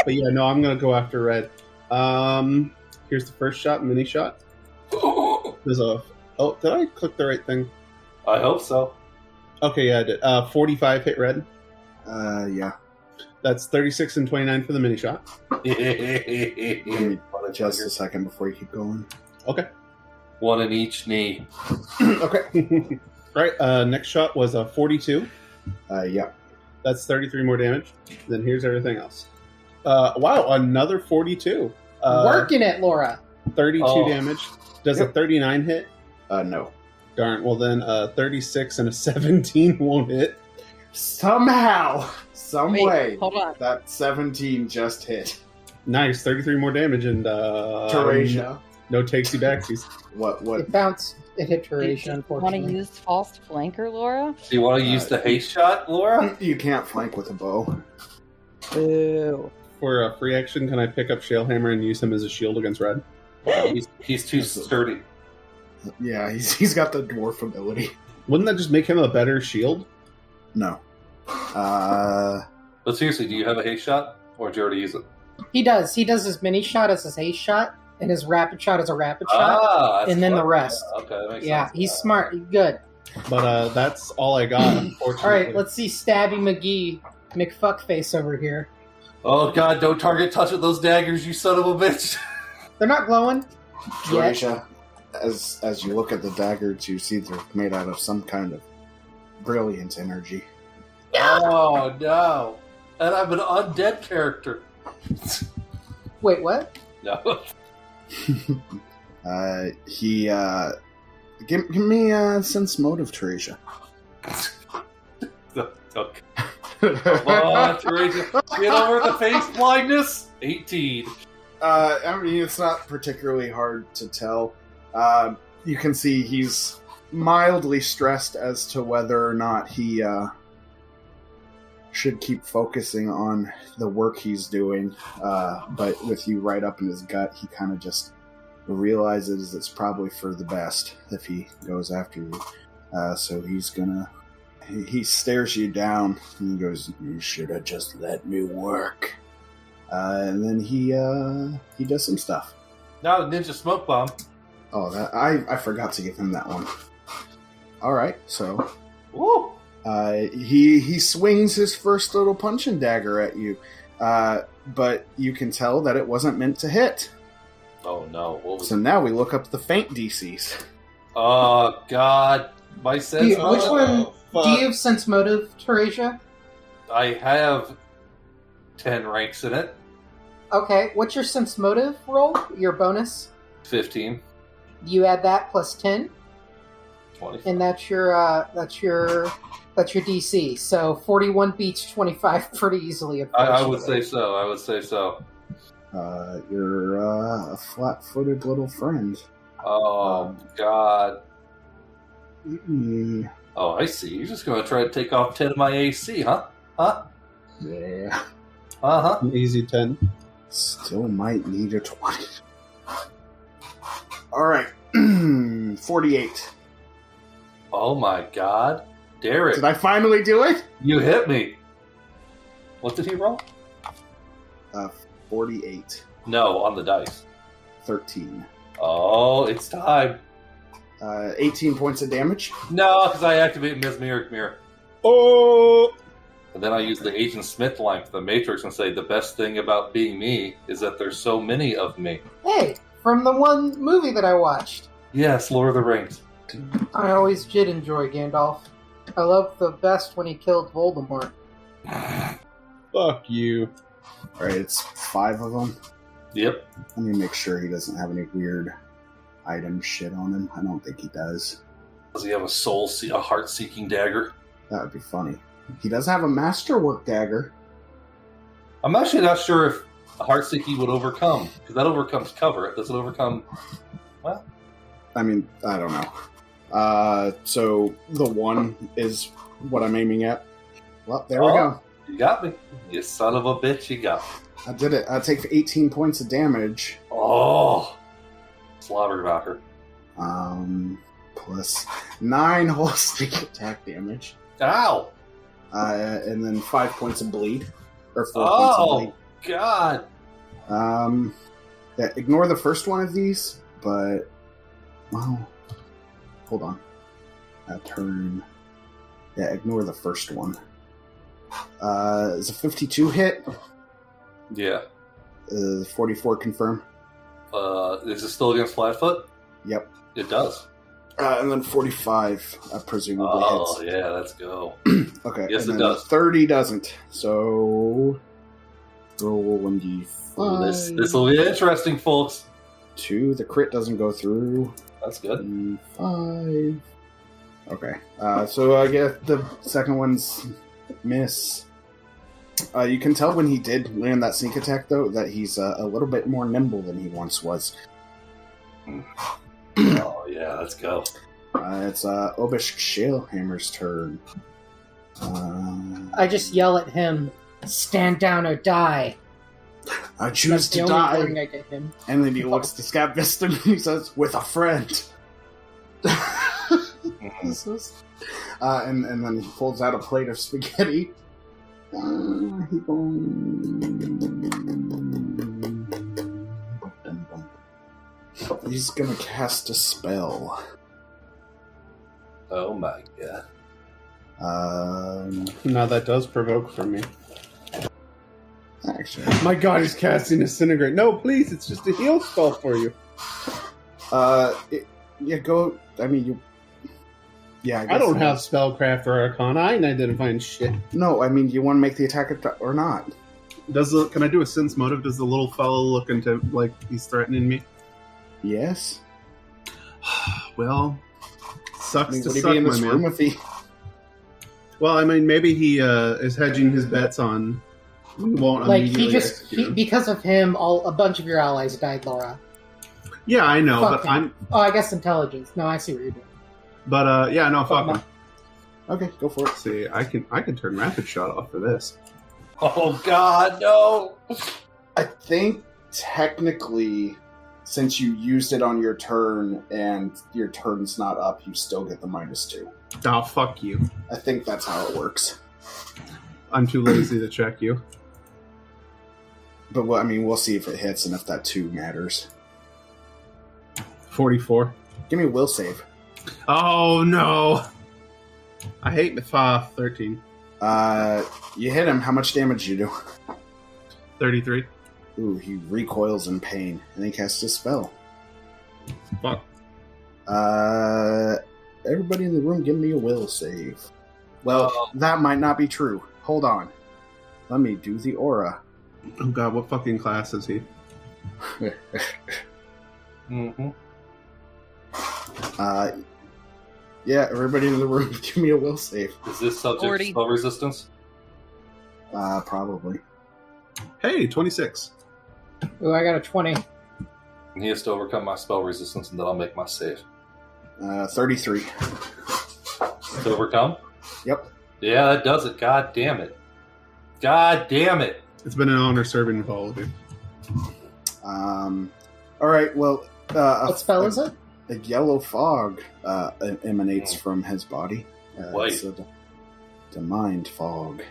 B: but yeah, no, I'm gonna go after red. Um, here's the first shot, mini shot.
E: I
B: There's a. Oh, did I click the right thing?
E: hope so.
B: Okay, yeah, I did. Uh, 45 hit red.
D: Uh, yeah,
B: That's 36 and 29 for the mini shot.
D: give me just a
E: Just
D: second before you keep going.
E: one in each knee.
B: okay. right. Uh, next shot was a 42.
D: Uh, yeah,
B: That's 33 more damage. Then here's everything else. Uh, wow, another 42. Uh,
C: Working it, Laura.
B: 32
E: Oh.
B: damage. Does a
D: Yep.
B: 39 hit?
D: uh, no.
B: Darn. Well, then uh, 36 and a 17 won't hit.
D: Somehow, some
F: Wait,
D: way,
F: hold on.
D: that seventeen just hit.
B: Nice. 33 more damage and uh,
D: Teresia,
B: no takesy backsies.
D: what? What?
C: It bounced. It hit duration,
F: Want to
C: unfortunately.
F: use false flanker, Laura?
E: Do you want to use the haste shot, Laura?
D: You can't flank with a bow.
F: Boo.
B: For a free action, can I pick up Shale Hammer and use him as a shield against red?
E: He's, he's too sturdy.
D: Yeah, he's he's got the dwarf ability.
B: Wouldn't that just make him a better shield?
D: No. Uh,
E: But seriously, do you have a haste shot, or did you already use it?
C: He does. He does his mini shot as his haste shot, and his rapid shot as a rapid shot.
E: Ah, that's
C: and then the
E: clever.
C: rest.
E: Okay, that makes
C: yeah,
E: sense.
C: he's
E: Uh,
C: smart. Good.
B: But uh, that's all I got,
C: All
B: unfortunately.
C: right, let's see Stabby McGee McFuckface over here.
E: Oh god, don't target touch with those daggers, you son of a bitch.
C: They're not glowing. yet.
D: Teresia, as as you look at the daggers, you see they're made out of some kind of brilliant energy.
E: Oh no. And I'm an undead character.
C: Wait, what?
E: No.
D: uh, he uh, give, give me a sense motive, Teresia.
E: Okay. Come on, Teresa. Get over the face blindness. 18.
D: Uh, I mean, it's not particularly hard to tell. Uh, you can see he's mildly stressed as to whether or not he uh, should keep focusing on the work he's doing. Uh, but with you right up in his gut, he kind of just realizes it's probably for the best if he goes after you. Uh, so he's gonna. He, he stares you down and he goes, "You should have just let me work." Uh, and then he uh, he does some stuff.
E: Now the ninja smoke bomb.
D: Oh, that, I I forgot to give him that one. All right, so
E: Woo!
D: uh, he he swings his first little punch and dagger at you, uh, but you can tell that it wasn't meant to hit.
E: Oh no. What was
D: So now we look up the faint DCs.
E: Oh god. My sense.
C: Dude,
D: Oh,
C: which one-
B: fuck.
C: Do you have sense motive, Teresia?
E: I have 10 ranks in it.
C: Okay, what's your sense motive roll? Your bonus?
E: 15.
C: You add that plus ten,
E: 20.
C: and that's your uh, that's your that's your DC. So forty-one beats twenty-five pretty easily.
E: I, I would say so. I would say so.
D: Uh, you're uh, a
E: Um,
D: flat-footed little friend.
E: Oh god.
D: Mm,
E: Oh, I see. You're just going to try to take off 10 of my AC, huh? Huh?
D: Yeah.
E: Uh huh.
B: An easy 10.
D: Still might need a 20. Alright. 48.
E: Oh my god. Derek,
D: Did I finally do it?
E: you hit me. What did he roll?
D: 48.
E: No, on the dice.
D: 13.
E: Oh, it's time.
D: Uh, 18 points of damage.
E: No, because I activate Mesmeric Mirror.
B: Oh!
E: And then I use the Agent Smith line for the Matrix and say, the best thing about being me is that there's so many of me.
C: Hey, from the one movie that I watched.
E: Yes, Lord of the Rings.
C: I always did enjoy Gandalf. I loved the best when he killed Voldemort.
B: Fuck you.
D: Alright, it's five of them.
E: Yep.
D: Let me make sure he doesn't have any weird item shit on him. I don't think he does.
E: Does he have a soul, see a heart-seeking dagger?
D: That would be funny. He does have a masterwork dagger.
E: I'm actually not sure if heart-seeking would overcome, because that overcomes cover. Does it overcome?
D: I mean, I don't know. Uh, so the one is what I'm aiming at. Well, there we
E: Oh.
D: go.
E: You got me. You son of a bitch, you got me.
D: I did it. I take 18 points of damage.
E: Oh, slobber knocker.
D: Um, plus nine holistic attack damage.
E: Ow!
D: Uh, and then five points of bleed. Or four
E: Oh
D: points
E: God!
D: of bleed. Um, yeah, ignore the first one of these, but. Well, hold on. A turn. Yeah, ignore the first one. Uh, is a 52 hit?
E: Yeah.
D: Uh, 44 confirm.
E: Uh, is it still against Flatfoot?
D: Yep.
E: It does.
D: Uh, and then 45, uh, presumably
E: Oh
D: hits.
E: yeah, let's go.
D: Okay.
E: Yes,
D: and
E: it
D: then
E: does.
D: 30 doesn't. So. Roll 1d4.
E: This this will be interesting, folks.
D: 2. The crit doesn't go through.
E: That's good.
D: And 5. Okay. Uh, so I guess the second one's miss. Uh, you can tell when he did land that sneak attack, though, that he's uh, a little bit more nimble than he once was.
E: oh yeah, let's go.
D: Uh, it's uh, Obish Shalehammer's turn. Uh,
C: I just yell at him, "Stand down or die."
D: I
C: That's
D: choose
C: the
D: to
C: only
D: die.
C: warning I give him.
D: And then he looks disgusted and he says, "With a friend."
E: Mhm.
D: This is- uh, and and then he pulls out a plate of spaghetti. Uh, he gon- He's gonna cast a spell.
E: Oh my god.
D: Um,
B: Now that does provoke from me.
D: actually,
B: My god, he's casting Disintegrate. No, please, it's just a heal spell for you.
D: uh, it, yeah, go. I mean, you. Yeah,
B: I
D: guess-
B: don't have Spellcraft or Arcana. I ain't identifying shit.
D: No, I mean, you want to make the attack at- or not?
B: Does the, Can I do a sense motive? Does the little fellow look into, like, he's threatening me?
D: Yes.
B: Well,
D: I
B: sucks
D: mean,
B: to
D: would he
B: suck,
D: be in
B: my
D: this
B: man.
D: room if he?
B: Well, I mean, maybe he uh, is hedging his bets on. We won't
C: Like he
B: immediately
C: just
B: execute
C: he,
B: him.
C: because of him, all a bunch of your allies died, Laura.
B: yeah, I know, but
C: Fuck him.
B: I'm,
C: Oh, I guess intelligence. No, I see what you're doing.
B: but uh, yeah, no, fuck
C: Fuck
B: him.
D: Okay, go for it.
B: See, I can, I can turn rapid shot off for this.
E: Oh god, no!
D: I think technically, since you used it on your turn and your turn's not up, you still get the minus two.
B: Oh, fuck you.
D: I think that's how it works.
B: I'm too lazy to check you.
D: But well, I mean, we'll see if it hits and if that two matters.
B: Forty-four.
D: Give me a will save.
B: Oh no! I hate the five. 13.
D: Uh, you hit him. How much damage you do?
B: 33.
D: Ooh, he recoils in pain and he casts a spell.
B: Fuck.
D: Uh, everybody in the room, give me a will save. Well, that might not be true. Hold on. Let me do the aura.
B: Oh god, what fucking class is he?
E: Mm-hmm.
D: Uh, yeah, everybody in the room, give me a will save.
E: Is this subject
F: 40.
E: spell resistance?
D: Uh, probably.
B: Hey, 26.
C: Ooh, I got a twenty.
E: And he has to overcome my spell resistance, and then I'll make my save.
D: Uh, 33.
E: to overcome?
D: Yep.
E: Yeah, that does it. God damn it. God damn it.
B: It's been an honor serving with all of you.
D: Um, all right. Well, uh,
C: What spell is it?
D: A yellow fog uh, em- emanates
E: Hmm.
D: from his body. Uh,
E: Wait.
D: it's a d- the mind fog.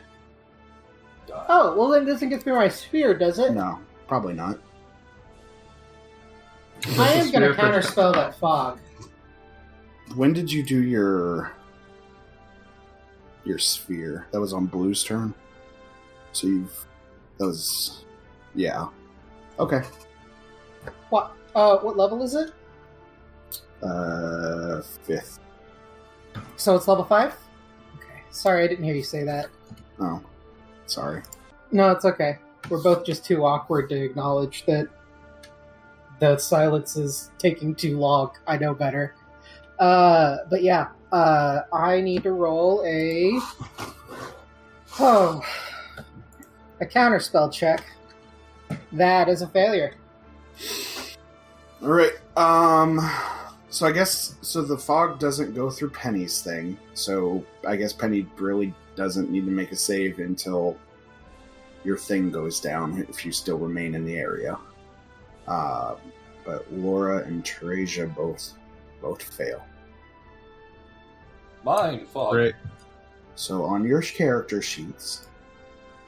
C: Oh, well then it doesn't get through my sphere, does it?
D: No, probably not.
C: I
B: It's a
C: am gonna
B: sphere for-
C: counterspell that fog.
D: When did you do your your sphere? That was on Blue's turn. So you've that was yeah. Okay.
C: What? Uh, what level is it?
D: Uh, fifth.
C: So it's level five. Okay. Sorry, I didn't hear you say that.
D: Oh, sorry.
C: No, it's okay. We're both just too awkward to acknowledge that the silence is taking too long. I know better. Uh, but yeah, uh, I need to roll a oh a counterspell check. That is a failure.
D: All right. Um. So I guess so the fog doesn't go through Penny's thing. So I guess Penny really doesn't need to make a save until your thing goes down if you still remain in the area. Uh, but Laura and Teresia both both fail.
E: Mine fog.
B: Great.
D: So on your character sheets,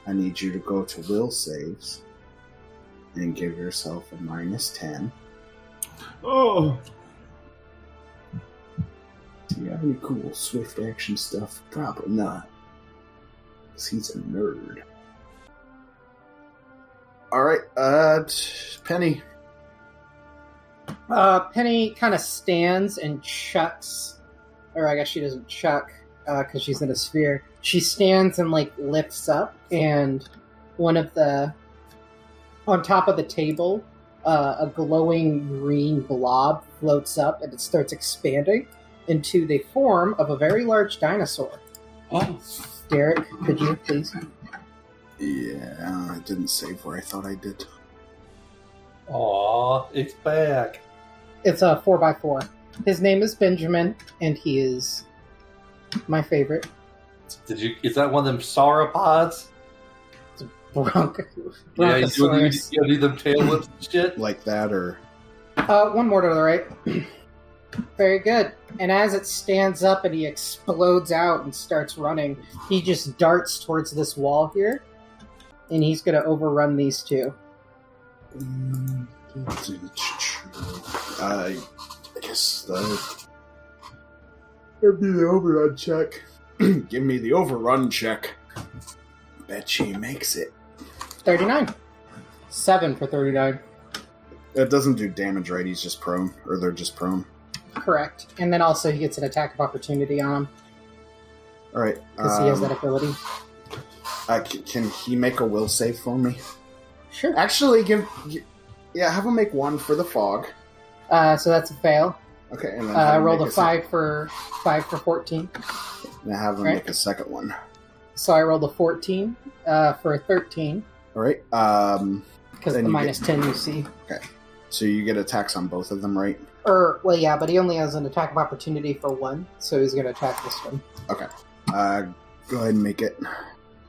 D: I need you to go to will saves and give yourself a minus ten.
B: Oh,
D: Do you have any cool swift action stuff? Probably not. Because he's a nerd. Alright, uh, t- Penny.
C: Uh, Penny kind of stands and chucks, or I guess she doesn't chuck because she's in a sphere. She stands and like lifts up, and one of the on top of the table, uh, a glowing green blob floats up and it starts expanding into the form of a very large dinosaur.
E: Oh,
C: Derek, could you please?
D: Yeah, I didn't save where I thought I did.
E: Aw, it's back.
C: It's a four by four. His name is Benjamin, and he is my favorite.
E: Did you? Is that one of them sauropods?
C: Bronco.
E: Yeah, you do, you,
C: Bronchosaurus.
E: you do them tail whips and shit.
D: Like that, or.
C: Uh, one more to the right. Very good. And as it stands up and he explodes out and starts running, he just darts towards this wall here, and he's going to overrun these two.
D: Mm, I guess the. Give me the overrun check. Give me the overrun check. Bet she makes it.
C: Thirty-nine, seven for thirty-nine,
D: That doesn't do damage, right? He's just prone, or they're just prone.
C: correct. And then also he gets an attack of opportunity on him
D: All right.
C: because he has
D: um,
C: that ability.
D: I c- can he make a will save for me?
C: Sure.
D: Actually, give yeah, have him make one for the fog.
C: Uh, so that's a fail.
D: Okay, and then
C: Uh, I
D: have him
C: rolled
D: make
C: a
D: sec-
C: five for five for fourteen.
D: and have him
C: right?
D: make a second one.
C: So I rolled a fourteen uh, for a thirteen
D: All right. Um.
C: because the
D: Then you get-
C: minus ten you see.
D: So you get attacks on both of them, right?
C: Or Er, well, yeah, but he only has an attack of opportunity for one, so he's going to attack this one.
D: Uh, go ahead and make it.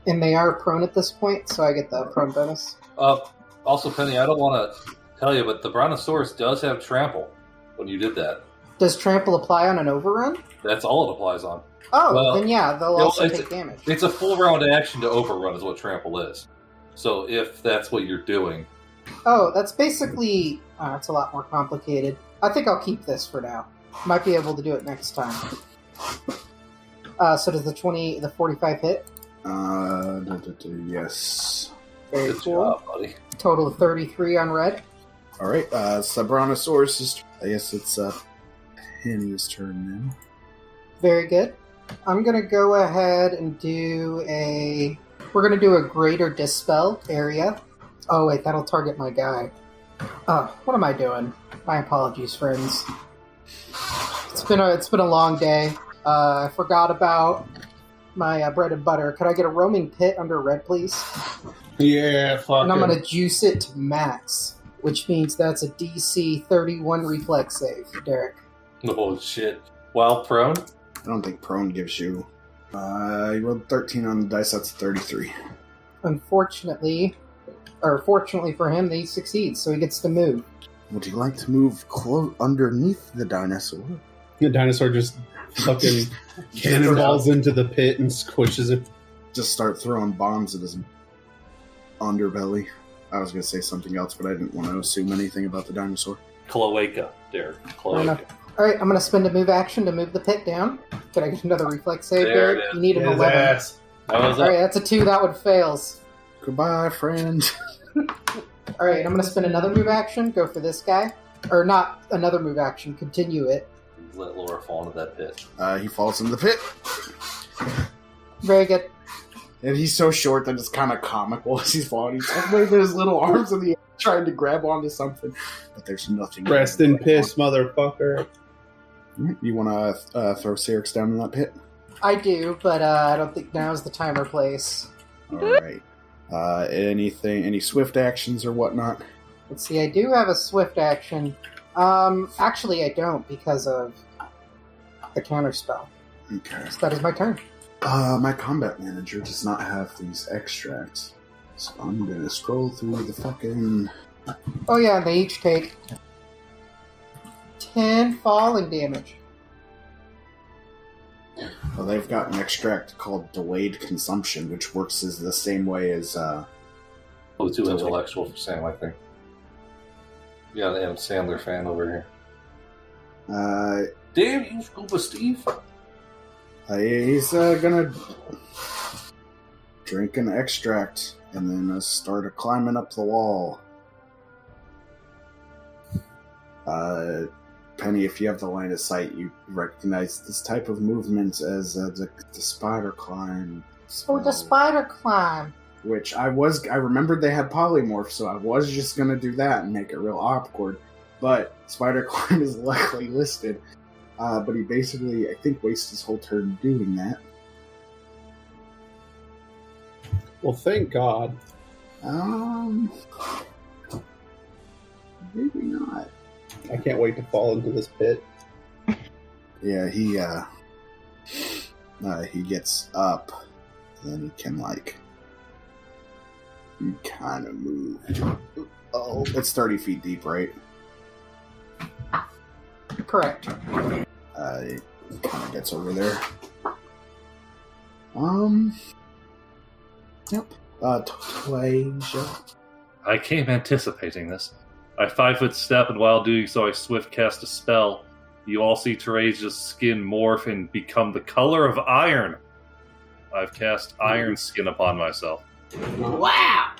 C: And they are prone at this point, so I get the prone bonus.
E: Uh, also, Penny, I don't want to tell you, but the Brontosaurus does have trample. When you did that,
C: Does trample apply on an overrun?
E: that's all it applies on.
C: Oh,
E: Well,
C: then yeah, they'll
E: no,
C: also
E: it's-
C: take damage.
E: It's a full round action to overrun, is what trample is. So if that's what you're doing,
C: Oh, that's basically. Uh, it's a lot more complicated. I think I'll keep this for now. Might be able to do it next time. Uh, so does the twenty, the forty-five hit?
D: Uh, duh, duh, duh, yes.
C: Very
E: good
C: cool.
E: job, buddy.
C: Total of thirty-three on red.
D: All right. Uh, Sabronosaurus is. I guess it's uh, Henny's turn now.
C: Very good. I'm gonna go ahead and do a. We're gonna do a greater dispel area. Oh wait, that'll target my guy. Oh, what am I doing? My apologies, friends. It's been a it's been a long day. Uh, I forgot about my uh, bread and butter. Could I get a roaming pit under red, please?
B: yeah, fuck.
C: And I'm
B: it.
C: gonna juice it to max, which means that's a DC 31 reflex save, Derek.
E: Oh shit! While prone,
D: I don't think prone gives you. Uh, you rolled 13 on the dice, that's 33.
C: Unfortunately, or fortunately for him, they succeed, so he gets to move.
D: Would you like to move close underneath the dinosaur?
B: The dinosaur just fucking cannonballs into the pit and squishes it.
D: Just start throwing bombs at his underbelly. I was going to say something else, but I didn't want to assume anything about the dinosaur.
G: Cloaca, Derek.
C: enough.
G: Cloaca.
C: All right, I'm going to spend a move action to move the pit down. Can I get another reflex save?
G: There it
C: Derek?
G: is.
C: You need an
B: Get his
C: 11.
B: ass.
G: That was
C: All right,
G: a
C: that's a two. That one fails.
D: Goodbye, friend.
C: All right, I'm going to spend another move action. Go for this guy, or not another move action. Continue it.
G: let Laura fall into that pit.
D: Uh, he falls in the pit.
C: Very good.
D: And he's so short that it's kind of comical as he's falling. He's like, wait, there's little arms in the air trying to grab onto something. But there's nothing.
B: Rest in piss, motherfucker.
D: You want to uh, throw Syrinx down in that pit?
C: I do, but uh, I don't think now's the time or place.
D: All right. Uh, anything, any swift actions or whatnot?
C: Let's see. I do have a swift action. Um, actually, I don't because of the counter spell.
D: Okay.
C: So that is my turn.
D: Uh, my combat manager does not have these extracts, so I'm gonna scroll through the fucking.
C: Oh yeah, and they each take ten falling damage.
D: Well, oh, they've got an extract called delayed consumption, which works as the same way as uh,
G: Oh, too intellectual for Sam, I think. Yeah, the Adam Sandler fan over here.
D: uh
G: Damn you, Scuba Steve.
D: Uh, he's uh, gonna drink an extract and then uh, start a climbing up the wall. Uh, Penny, if you have the line of sight, you recognize this type of movement as uh, the, the spider climb,
C: So the Oh, spider climb.
D: which I was I remembered they had polymorph, so I was just gonna do that and make it real awkward. But spider climb is luckily listed. Uh, but he basically, I think, wastes his whole turn doing that.
B: Well, thank God.
D: Um, maybe not.
B: I can't wait to fall into this pit.
D: Yeah, he uh, uh he gets up, and he can like, kind of move. Oh, it's thirty feet deep, right?
C: Correct.
D: Uh, he kind of gets over there. Um. Yep. Uh, Tlasia.
G: I came anticipating this. I five foot step, and while doing so, I swift cast a spell. You all see Teresia's skin morph and become the color of iron. I've cast iron skin upon myself.
H: Wow!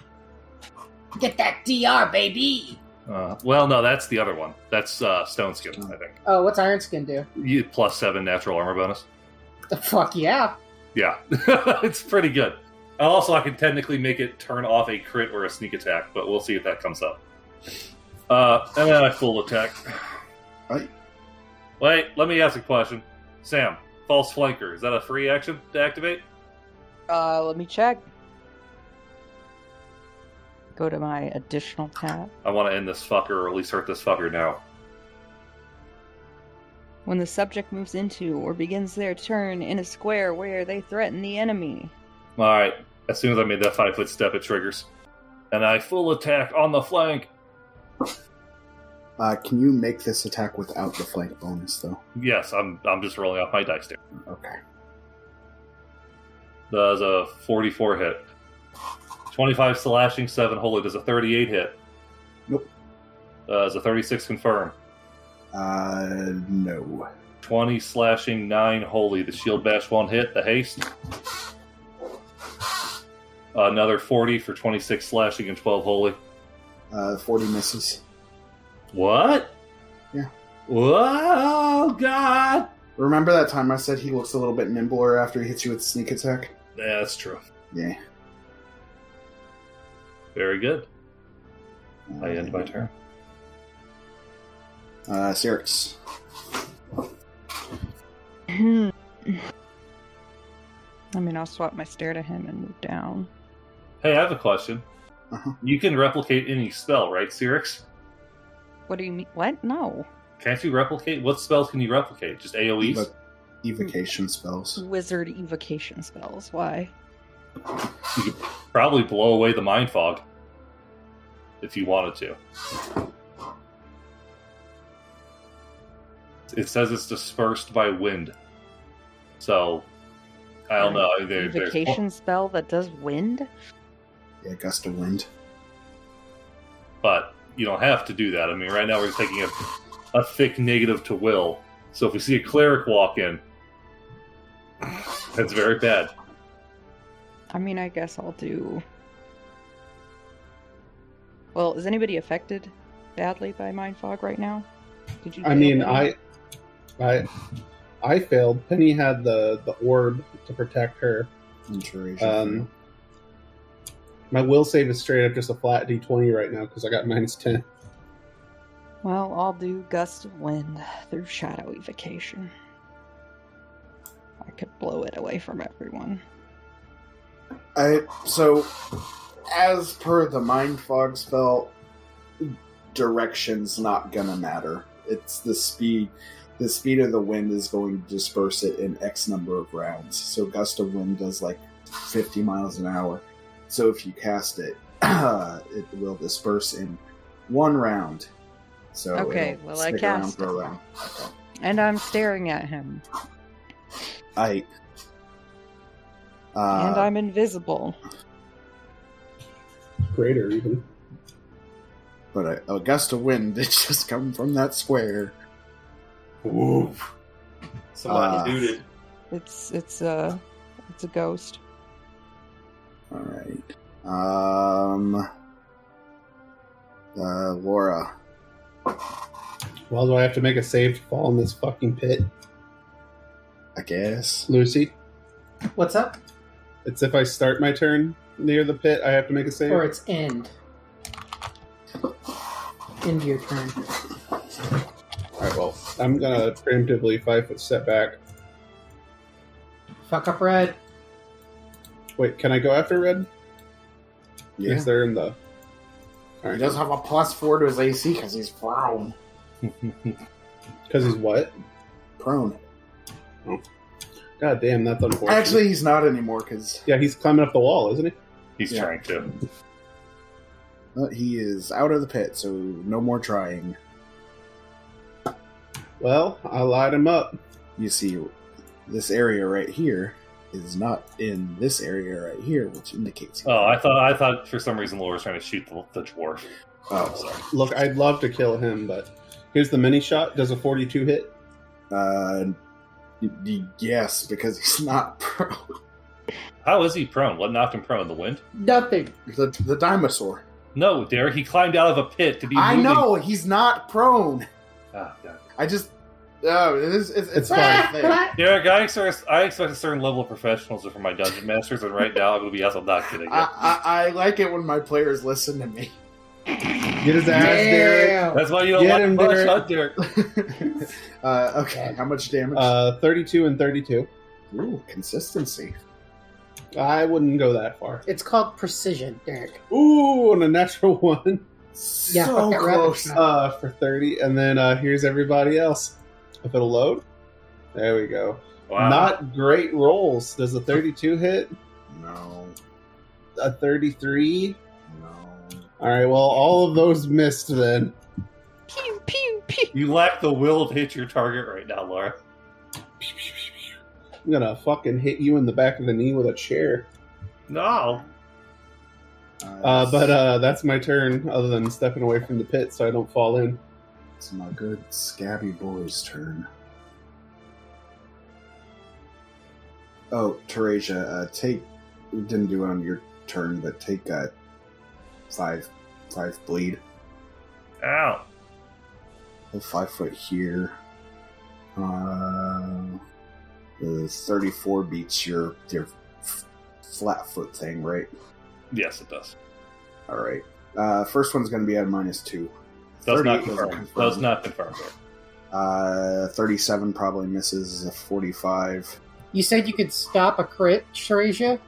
H: Get that DR, baby!
G: Uh, well, no, that's the other one. That's uh, stone skin, I think.
C: Oh, what's Iron Skin do?
G: You, plus seven natural armor bonus.
C: The fuck yeah.
G: Yeah, it's pretty good. And also, I can technically make it turn off a crit or a sneak attack, but we'll see if that comes up. Uh, and then I full attack.
D: Right.
G: Wait, let me ask a question. Sam, false flanker, is that a free action to activate?
F: Uh, let me check. Go to my additional tab.
G: I want to end this fucker, or at least hurt this fucker now.
F: When the subject moves into or begins their turn in a square where they threaten the enemy.
G: Alright, as soon as I made that five foot step, it triggers. And I full attack on the flank.
D: Uh, can you make this attack without the flank bonus, though?
G: Yes, I'm, I'm just rolling off my dice there.
D: Okay.
G: Does a 44 hit. 25 slashing, 7 holy. Does a 38 hit? Uh,
D: Nope.
G: Does a 36 confirm?
D: Uh, no.
G: 20 slashing, 9 holy. The shield bash won't hit. The haste. Another 40 for 26 slashing and 12 holy.
D: Uh, 40 misses.
G: What?
D: Yeah.
G: Whoa, God!
D: Remember that time I said he looks a little bit nimbler after he hits you with sneak attack?
G: Yeah, that's true.
D: Yeah.
G: Very good. I end my turn.
D: Uh, Syrinx.
F: I mean, I'll swap my stare to him and move down.
G: Hey, I have a question.
D: Uh-huh.
G: You can replicate any spell, right, Cyrix?
F: What do you mean? What? No.
G: Can't you replicate? What spells can you replicate? Just AoEs?
D: But evocation spells.
F: Wizard evocation spells. Why?
G: Probably blow away the mind fog if you wanted to. It says it's dispersed by wind. So, I don't know. There- there's-
F: evocation spell that does wind?
D: Yeah, gust of wind.
G: but you don't have to do that. I mean, right now we're taking a, a thick negative to will. So if we see a cleric walk in, that's very bad.
F: I mean, I guess I'll do. Well, is anybody affected badly by mind fog right now? Did you?
B: I
F: fail
B: mean,
F: that?
B: I, I, I failed. Penny had the the orb to protect her.
D: Duration.
B: Um, my will save is straight up just a flat d twenty right now because I got minus ten.
F: Well, I'll do gust of wind through shadow evocation. I could blow it away from everyone.
D: I so as per the mind fog spell, direction's not gonna matter. It's the speed. The speed of the wind is going to disperse it in X number of rounds. So gust of wind does like 50 miles an hour. So if you cast it, it will disperse in one round. So
F: Okay,
D: it'll
F: well, I
D: stick around
F: cast
D: for a
F: it.
D: round. Okay.
F: And I'm staring at him,
D: I. Uh,
F: and I'm invisible.
B: Greater even.
D: but a, a gust of wind did just come from that square.
G: Whoop.
D: Somebody Ah.
G: suited.
F: It's it's a it's a ghost.
D: All right. Um. Uh, Laura.
B: Well, do I have to make a save to fall in this fucking pit,
D: I guess.
B: Lucy?
C: What's up?
B: It's if I start my turn near the pit, I have to make a save.
C: Or it's end. End your turn.
D: All right. Well.
B: I'm gonna preemptively five foot step back.
C: Fuck up red.
B: Wait, can I go after Red?
D: Yeah.
B: Yes, they're in the. All
I: He
B: right,
I: does have a plus four to his AC because he's prone.
B: because he's what?
D: Prone.
B: God damn, that's unfortunate.
D: Actually, he's not anymore because
B: yeah, he's climbing up the wall, isn't he?
G: He's
D: Yeah.
G: trying to.
D: he is out of the pit, so no more trying.
B: Well, I light him up.
D: You see, this area right here is not in this area right here, which indicates.
G: Oh, I thought I thought for some reason Laura was trying to shoot the, the dwarf.
D: Oh, sorry.
B: Look, I'd love to kill him, but here's the mini shot. Does a 42 hit?
D: Uh, y- y- yes, because he's not prone.
G: How is he prone? What knocked him prone? The wind?
C: Nothing.
D: The, the dinosaur.
G: No, Derek. He climbed out of a pit to be.
I: I
G: moving-
I: know he's not prone.
G: Ah, God.
I: I just. Oh, it is, it's, it's
B: It's fine.
I: fine. thing.
C: Ah,
G: Derek, I expect, I expect a certain level of professionalism from my dungeon masters, and right now I'm gonna be out. I'm not kidding. you.
D: Ah,
I: I, I, I like it when my players listen to me.
B: Get his ass, Derek.
G: That's why you don't
B: Get
G: like
B: him,
G: much,
B: Derek.
G: huh, Derek.
D: Uh, okay, how much damage?
B: Uh, 32 and 32.
D: Ooh, consistency.
B: I wouldn't go that far.
C: It's called precision, Derek.
B: Ooh, and a natural one
C: Yeah,
D: so
C: fuck that rabbit
D: close.
C: shot.
B: uh, for 30. And then uh, here's everybody else. If it'll load. There we go.
G: Wow.
B: Not great rolls. Does a 32 hit?
D: No,
B: A 33?
D: no.
B: All right, well, all of those missed then.
F: Pew pew pew.
G: you lack the will to hit your target right now, Laura.
B: I'm gonna fucking hit you in the back of the knee with a chair.
G: No.
B: Uh, but uh, that's my turn, other than stepping away from the pit so I don't fall in.
D: it's my good scabby boy's turn. Oh, Teresia, uh, take. you Didn't do it on your turn, but take uh, five, five bleed.
G: Ow.
D: A five foot here. Uh, the thirty-four beats your your f- flat foot thing, right?
G: Yes, it does.
D: All right. Uh, first one's going to be at minus two.
G: Does
D: 38
G: not
D: is
G: confirm.
D: confirmed.
G: Does not confirm. Derek.
D: Uh, thirty-seven probably misses. A forty-five.
C: You said you could stop a crit, Sharasia?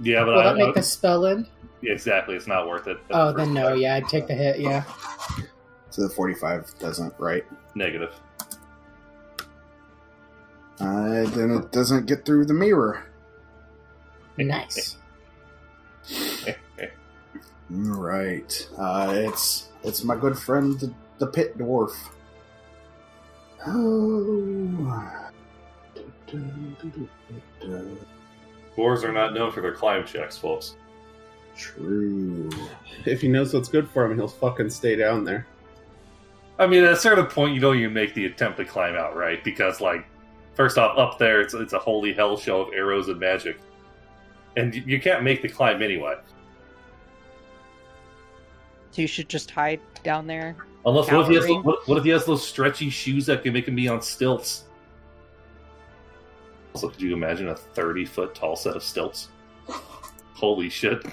G: Yeah, but
C: Will that
G: I,
C: make the spell end?
G: exactly. It's not worth it.
C: Oh, then no. Yeah, I'd take the hit. Yeah.
D: So the forty-five doesn't, right?
G: Negative.
D: Uh, then it doesn't get through the mirror.
J: Nice.
D: Right. Uh, it's it's my good friend the, the pit dwarf. Oh.
G: Dwarves are not known for their climb checks, folks.
D: True.
B: If he knows what's good for him, he'll fucking stay down there.
G: I mean, at a certain point, you don't even make the attempt to climb out, right? Because, like, first off, up there, it's, it's a holy hell show of arrows and magic. And you, you can't make the climb anyway.
F: So you should just hide down there.
G: Unless, what if, he has,
F: Cowering.
G: what, what if he has those stretchy shoes that can make him be on stilts? Also, could you imagine a 30 foot tall set of stilts? Holy shit.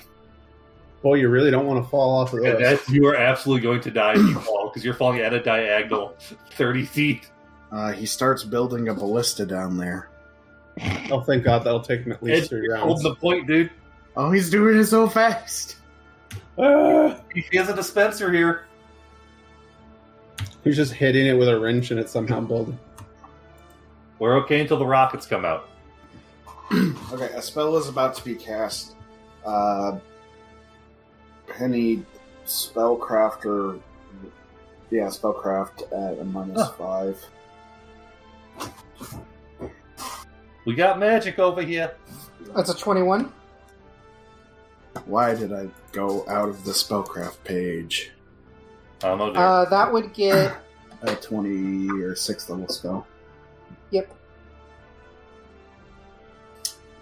B: Boy, you really don't want to fall off of
G: And
B: those.
G: that's, you are absolutely going to die if you fall, because you're falling at a diagonal 30 feet.
D: Uh, he starts building a ballista down there.
B: Oh, thank God that'll take him at least
G: Ed,
B: three
G: you're
B: rounds.
G: holding the point, dude.
K: Oh, he's doing it so fast.
G: He has a dispenser here.
B: He's just hitting it with a wrench and it's somehow building.
G: We're okay until the rockets come out.
D: Okay, a spell is about to be cast. Uh,
K: Penny spellcrafter. Yeah, spellcraft at a minus five.
G: We got magic over here.
C: That's a 21.
D: why did I go out of the spellcraft page?
G: I'm over there.
C: Uh, that would get.
D: A twenty or sixth level spell.
C: Yep.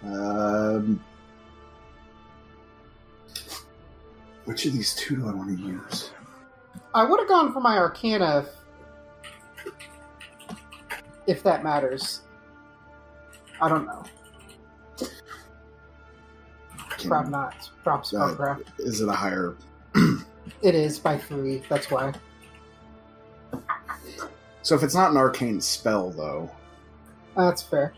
D: Um, which of these two do I want to use?
C: I would have gone for my Arcana if- if that matters. I don't know.
D: Can-
C: Probably not. Drop spellcraft.
D: is it a higher?
C: It is by three. That's why.
D: So if it's not an arcane spell, though,
C: That's fair.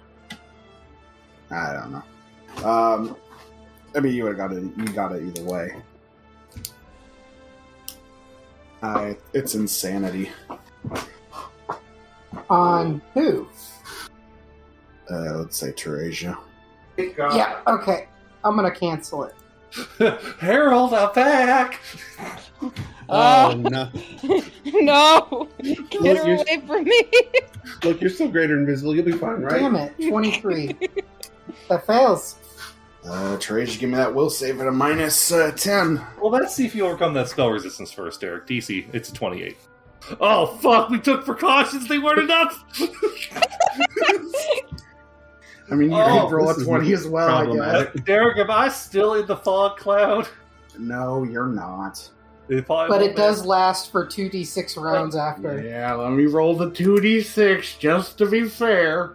D: I don't know. Um, I mean, you would have got it. You got it either way. I, it's insanity.
C: On who?
D: Uh, let's say Teresia.
B: Uh,
C: Yeah. Okay. I'm gonna cancel it. Uh,
G: Harold, I'm back.
B: Oh, no.
F: no! Get
B: Well,
F: her
B: you're-
F: away from me!
B: Look, you're still greater invisible. You'll be fine, right?
C: Damn it. Twenty-three. that fails.
D: Uh, Teresia, give me that will save at a minus uh, ten.
G: Well, let's see if you overcome that spell resistance first, Eric. DC, it's a 28. Oh, fuck, we took precautions. They weren't enough.
D: I mean, you
G: Oh,
D: could roll a
B: this is
D: twenty as well. I guess.
B: problematic.
G: Derek, am I still in the fog cloud?
D: No, you're not.
G: If I-
C: But it does last for two d six rounds after.
K: Yeah, let me roll the two d six just to be fair.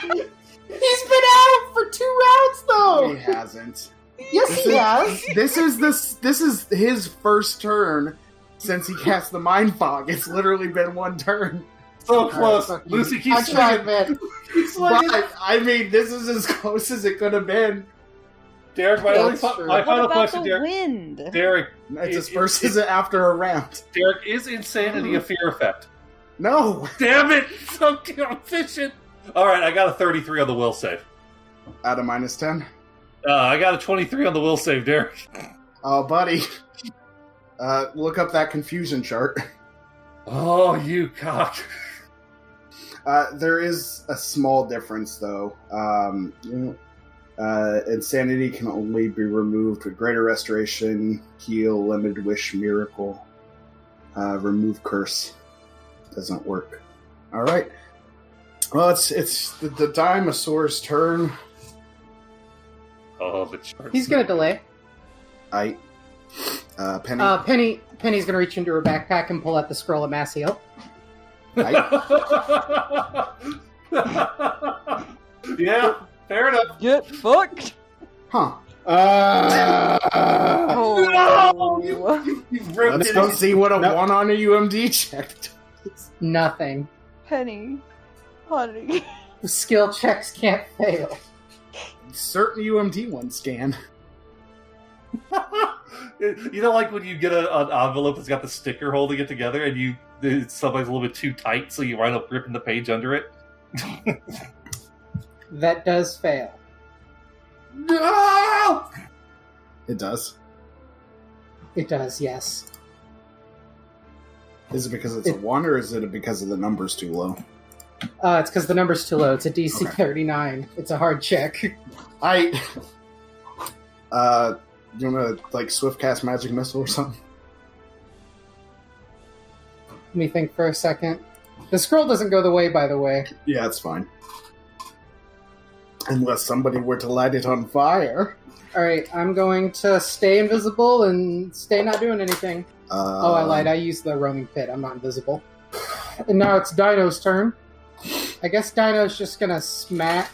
C: He's been at it for two rounds
G: Oh.
D: He
C: though.
D: hasn't.
C: Yes, he has.
K: This is this this is his first turn since he cast the mind fog. It's literally been one turn.
G: So close.
C: Uh, Fuck you.
G: Lucy
C: I
G: keeps
C: tried,
G: swinging.
C: man.
G: Keeps swinging.
K: But I mean, this is as close as it could have been.
G: Derek, my,
C: That's
G: only fi-
C: true.
G: my
F: what
G: final
F: about
G: question,
F: the
G: Derek.
F: wind?
G: Derek,
K: It's as
G: It-
K: first
G: it-
K: as it after a round.
G: Derek, is insanity a fear effect?
K: No,
G: Damn it! So damn efficient. All right, I got a 33 on the will save.
D: At a minus ten.
G: Uh, I got a 23 on the will save, Derek.
D: Oh, buddy. Uh, look up that confusion chart.
G: Oh, you cock.
D: Uh, there is a small difference, though. Um, you know, uh, insanity can only be removed with greater restoration, heal, limited wish, miracle. Uh, remove curse doesn't work. All right. Well, it's it's the, the dinosaur's turn.
G: Oh, the charts.
C: He's gonna delay.
D: I uh, Penny.
C: Uh, Penny. Penny's gonna reach into her backpack and pull out the scroll of mass heal.
G: yeah, fair enough.
F: Get fucked!
D: huh.
B: Ah!
F: Oh,
G: You've ripped
K: let's
G: it.
K: go see what a
B: No.
K: one on a UMD checked.
C: Nothing.
F: Penny. Honey.
C: Skill checks can't fail.
K: Certain UMD ones can.
G: you know, like when you get a, an envelope that's got the sticker holding it together, and you it's sometimes a little bit too tight, so you wind up ripping the page under it.
C: That does fail.
L: No!
D: It does.
C: It does, yes.
D: Is it because it's a one, or is it because of the numbers too low?
C: Uh, it's because the number's too low. It's a DC 39. It's a hard check.
D: I. Uh, you want to like swift cast magic missile or something?
C: Let me think for a second. The scroll doesn't go the way, by the way.
D: Yeah, that's fine. Unless somebody were to light it on fire.
C: All right, I'm going to stay invisible and stay not doing anything.
D: Uh,
C: oh, I lied. I used the roaming pit. I'm not invisible. And now it's Dino's turn. I guess Dino's just gonna smack.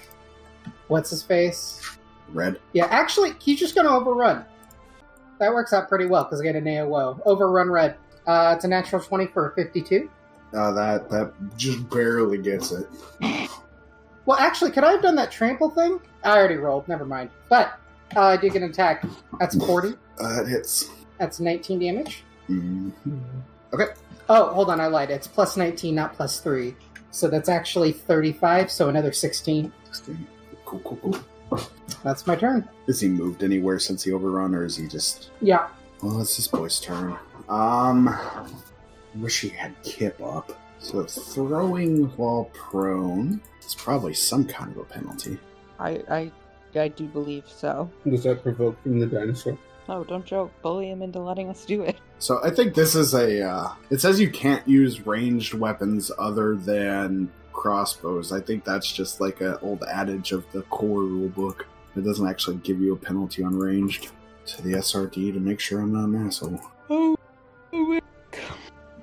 C: What's his face?
D: Red.
C: Yeah, actually, he's just gonna overrun. That works out pretty well because I get an AOO. Overrun red. Uh, it's a natural 20 for a 52.
D: Uh, that that just barely gets it.
C: Well, actually, could I have done that trample thing? I already rolled. Never mind. But uh, I did get an attack. That's 40.
D: Uh, it hits.
C: That's 19 damage.
D: Mm.
C: Oh, hold on, I lied. It's plus 19, not plus 3. So that's actually 35, so another 16.
D: Cool, cool, cool.
C: That's my turn.
D: Is he moved anywhere since he overrun, or is he just?
C: Yeah.
D: Well, it's this boy's turn. Um, wish he had Kip up. So throwing while prone. It's probably some kind of a penalty.
F: I, I, I do believe so.
B: Was that provoked from the dinosaur?
F: No, don't joke. Bully him into letting us do it.
D: So I think this is a. Uh, it says you can't use ranged weapons other than crossbows. I think that's just like an old adage of the core rule book. It doesn't actually give you a penalty on ranged to the SRD to make sure I'm not an asshole.
F: Oh, oh wait.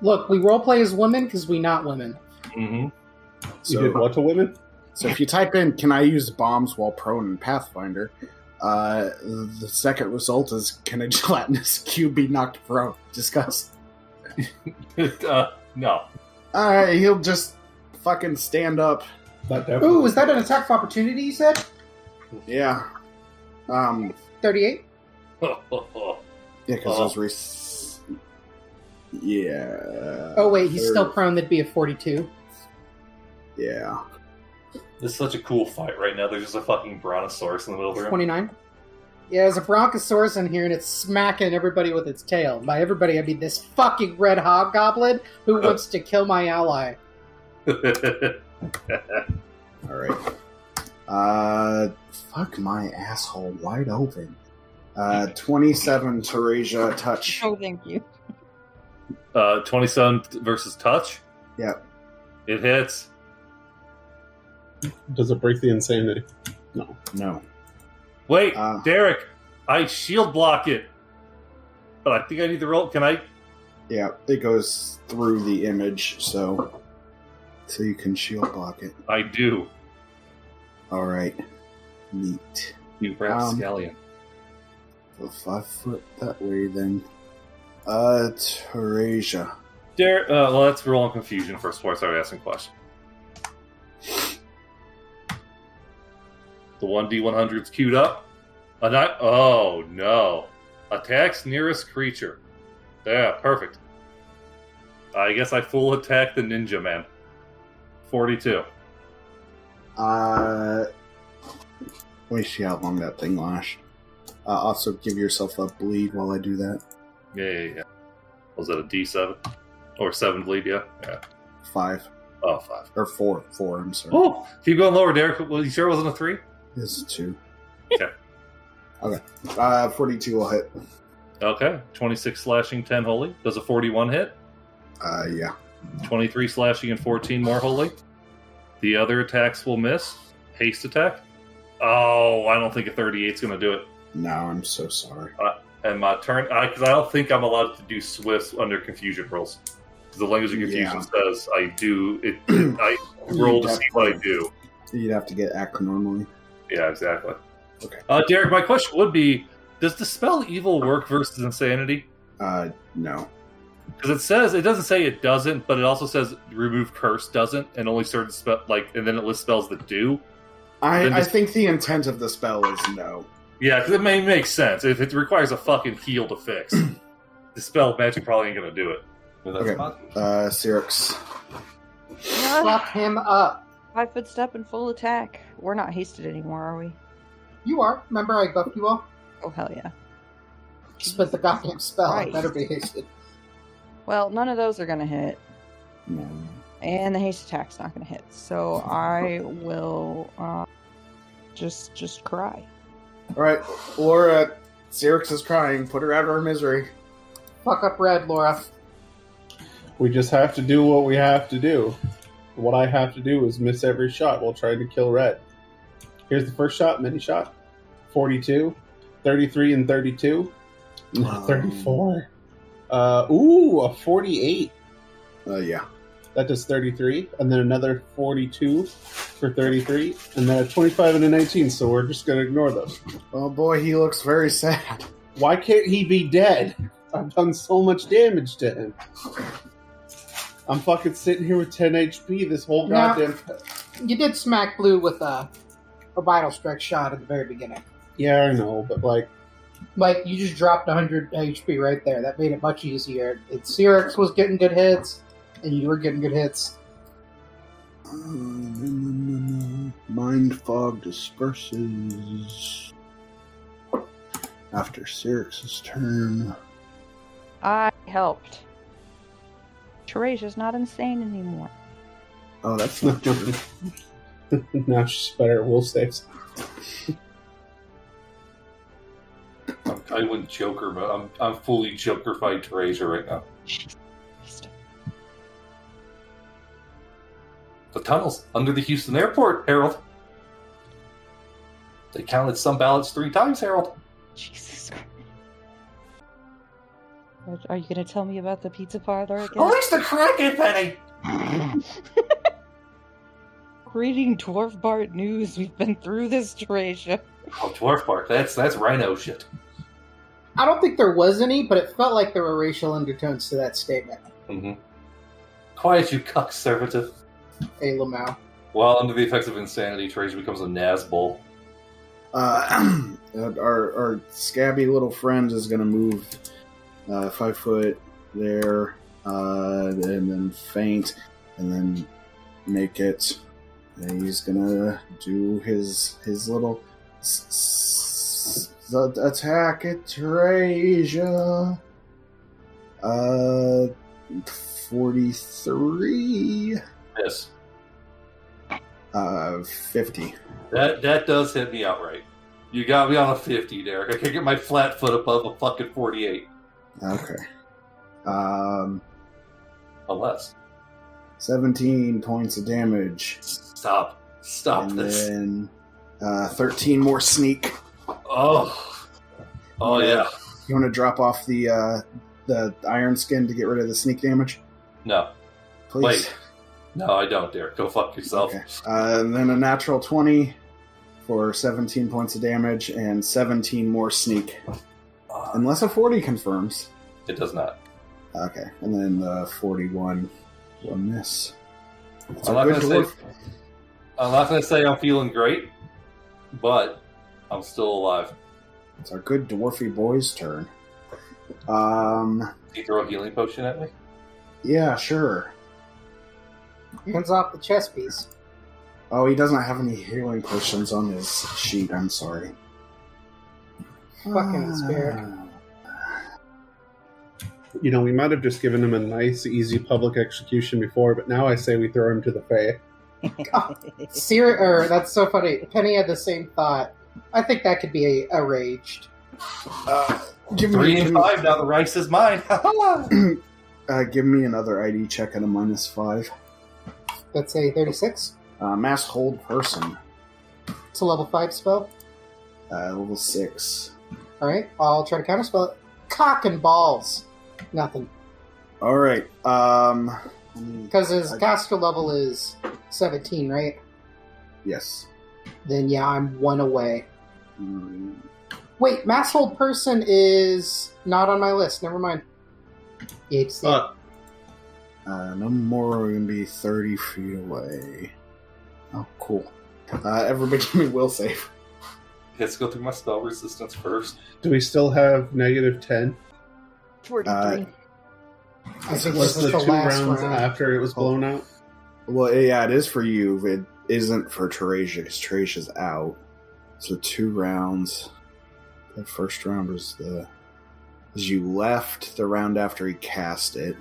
C: Look, we roleplay as women because we not women.
G: Mm-hmm.
B: You did
D: So,
B: what to women?
D: so if you type in "Can I use bombs while prone in Pathfinder," uh, the second result is "Can a gelatinous cube be knocked prone?" Discuss.
G: uh, no.
D: All right, Uh, he'll just fucking stand up.
B: That
C: Ooh,
B: definitely.
C: was that an attack of opportunity you said?
D: Yeah. Um.
C: 38?
D: Yeah, because those re. Yeah.
C: Oh, wait, he's
D: third.
C: still prone. That'd be a 42.
D: Yeah.
G: This is such a cool fight right now. There's just a fucking brontosaurus in the middle of the room.
C: 29? Yeah, there's a bronchosaurus in here and it's smacking everybody with its tail. By everybody, I mean this fucking red hobgoblin who wants to kill my ally.
D: All right. Uh, fuck my asshole wide open. Uh, twenty-seven Teresia touch.
F: Oh, thank you.
G: uh, 27 versus touch.
D: Yeah.
G: It hits.
B: Does it break the insanity?
D: No.
G: Wait,
D: Uh.
G: Derek, I shield block it. But I think I need the roll. Can I?
D: Yeah, it goes through the image, so so you can shield block it.
G: I do.
D: All right. Neat.
G: You
D: Um,
G: rapscallion.
D: Well, five foot that way then. Uh, Teresia.
G: Derek, uh, well, let's roll on confusion first before I start asking questions. The 1d100's queued up. A ni- oh, no. Attacks nearest creature. Yeah, perfect. I guess I full attack the ninja man. 42.
D: Uh, let me see how long that thing lasts. Uh, also, give yourself a bleed while I do that.
G: Yeah, yeah, yeah. Was that a d7? Or 7 bleed, yeah? Yeah.
D: Five
G: Oh, 5.
D: or four, four. I'm sorry.
G: Oh, keep going lower, Derek. Well, you sure it wasn't a 3?
D: This is two.
G: Okay.
D: Okay. Uh, forty-two will hit.
G: Okay. 26 slashing, 10 holy. Does a 41 hit?
D: Uh, yeah.
G: 23 slashing and 14 more holy. The other attacks will miss. Haste attack. Oh, I don't think a 38 is going to do it.
D: No, I'm so sorry.
G: And my turn, because I, don't think I'm allowed to do Swiss under confusion rules. 'Cause The language of confusion
D: Yeah.
G: says I do it. I roll to see what I do.
D: You'd have to get act normally.
G: Yeah, exactly.
D: Okay.
G: Uh, Derek, my question would be: Does dispel evil work versus insanity?
D: Uh, no.
G: Because it says it doesn't say it doesn't, but it also says remove curse doesn't, and only certain spell like, and then it lists spells that do.
D: I,
G: Then
D: I
G: just-
D: think the intent of the spell is no.
E: Yeah, because it may make sense if it requires a fucking heal to fix. Dispel magic probably ain't gonna do it. But that's
D: Okay.
E: possible.
D: Uh, Cyrix.
G: Ah.
C: Lock him up.
F: Five foot step in full attack. We're not hasted anymore, are we?
C: You are. Remember, I buffed you all.
F: Oh hell yeah.
C: Split the goddamn spell.
F: Right.
C: Better be hasted.
F: Well, none of those are gonna hit,
D: No.
F: and the haste attack's not gonna hit. So I will uh, just just cry.
M: All right, Laura. Cyrix is crying. Put her out of her misery.
C: Fuck up red, Laura.
B: We just have to do what we have to do. What I have to do is miss every shot while trying to kill red. Here's the first shot, mini shot 42, 33, and 32.
D: Wow.
B: 34. Uh, ooh, a 48.
D: Uh, yeah.
B: That does 33. And then another 42 for 33. And then a 25 and a 19. So we're just going to ignore those.
M: Oh boy, he looks very sad.
B: Why can't he be dead? I've done so much damage to him. I'm fucking sitting here with 10 HP this whole
C: No.
B: goddamn.
C: You did smack blue with a, a vital strike shot at the very beginning.
B: Yeah, I know, but like,
C: Like, you just dropped 100 HP right there. That made it much easier. And Cyrix was getting good hits, and you were getting good hits.
D: Mind fog disperses. After Cyrix's turn.
F: I helped. Teresia's not insane anymore.
D: Oh, that's not true.
B: now she's better at wolf saves.
E: I'm, I wouldn't Joker, but I'm I'm fully Jokerfied Teresa right now.
F: Jesus Christ.
E: The tunnels under the Houston airport, Harold. They counted some ballots three times, Harold.
F: Jesus Christ. Are- Are you gonna tell me about the pizza parlor again?
E: Where's the Kraken penny?
F: Reading Dwarf Bart news. We've been through this, Teresia.
E: Oh, Dwarf Park. That's that's Rhino shit.
C: I don't think there was any, but it felt like there were racial undertones to that statement.
E: Mm-hmm. Quiet, you cuck servitor.
C: Hey, Lamau.
E: While under the effects of insanity, Teresa becomes a Nazbol.
D: Uh,
M: Uh, our, our scabby little friend is going to move
D: uh, five foot there, uh, and then faint, and then make it. And he's gonna do his his little s- s- s- attack at Teresia. Uh, forty three.
E: Yes,
D: Uh, fifty.
E: that that does hit me outright. You got me on a fifty, Derek. I can't get my flat foot above a fucking forty-eight,
D: Okay. Um,
E: unless
D: seventeen points of damage.
E: stop, stop
D: and
E: this.
D: then uh, 13 more sneak.
E: Oh, oh yeah.
D: You want to drop off the uh, the iron skin to get rid of the sneak damage,
E: No,
D: please?
E: Wait. no, I don't, Derek. Go fuck yourself.
D: Okay. Uh, and then a natural 20 for 17 points of damage and 17 more sneak,
E: Uh,
D: unless a 40 confirms.
E: it does not.
D: Okay, and then the 41 will miss. It's
E: I'm
D: a
E: not
D: good
E: gonna
D: dwarf.
E: say. I'm not gonna say I'm feeling great, but I'm still alive.
D: It's our good dwarfy boy's turn. Um,
E: Did you throw a healing potion at me?
D: yeah, sure.
C: Hands off the chess piece.
D: Oh, he doesn't have any healing potions on his sheet. I'm sorry.
C: Fucking despair.
B: You know, we might have just given him a nice, easy public execution before, but now I say we throw him to the Fae.
C: Sir, or that's so funny. Penny had the same thought. I think that could be a, raged.
D: Uh, give
E: Three
D: me, give,
E: and five. Now the rice is mine.
D: me, uh, give me another ID check at a minus five.
C: That's a 36.
D: Uh, mass hold person,
C: It's a level 5 spell.
D: uh, level six.
C: All right, I'll try to counterspell it. Cock and balls. Nothing.
D: All right. Um, mm,
C: Because his caster level is 17, right?
D: yes.
C: Then yeah, I'm one away.
D: Mm,
C: Wait, mass hold person is not on my list. Never mind. EHC.
B: Uh,
D: Uh, no more. We're gonna be thirty feet away. Oh, cool. Uh, everybody, give me will save.
E: Let's go through my spell resistance first.
B: Do we still have negative 10?
C: Uh,
F: Forty-three.
B: I think
M: this
B: was
M: is
B: the
M: the
B: two
M: last
B: rounds
M: round.
B: after it was blown out.
D: Well, yeah, it is for you. It isn't for Teresia because Teresia's out. So two rounds. The first round was the. As you left the round after he cast it,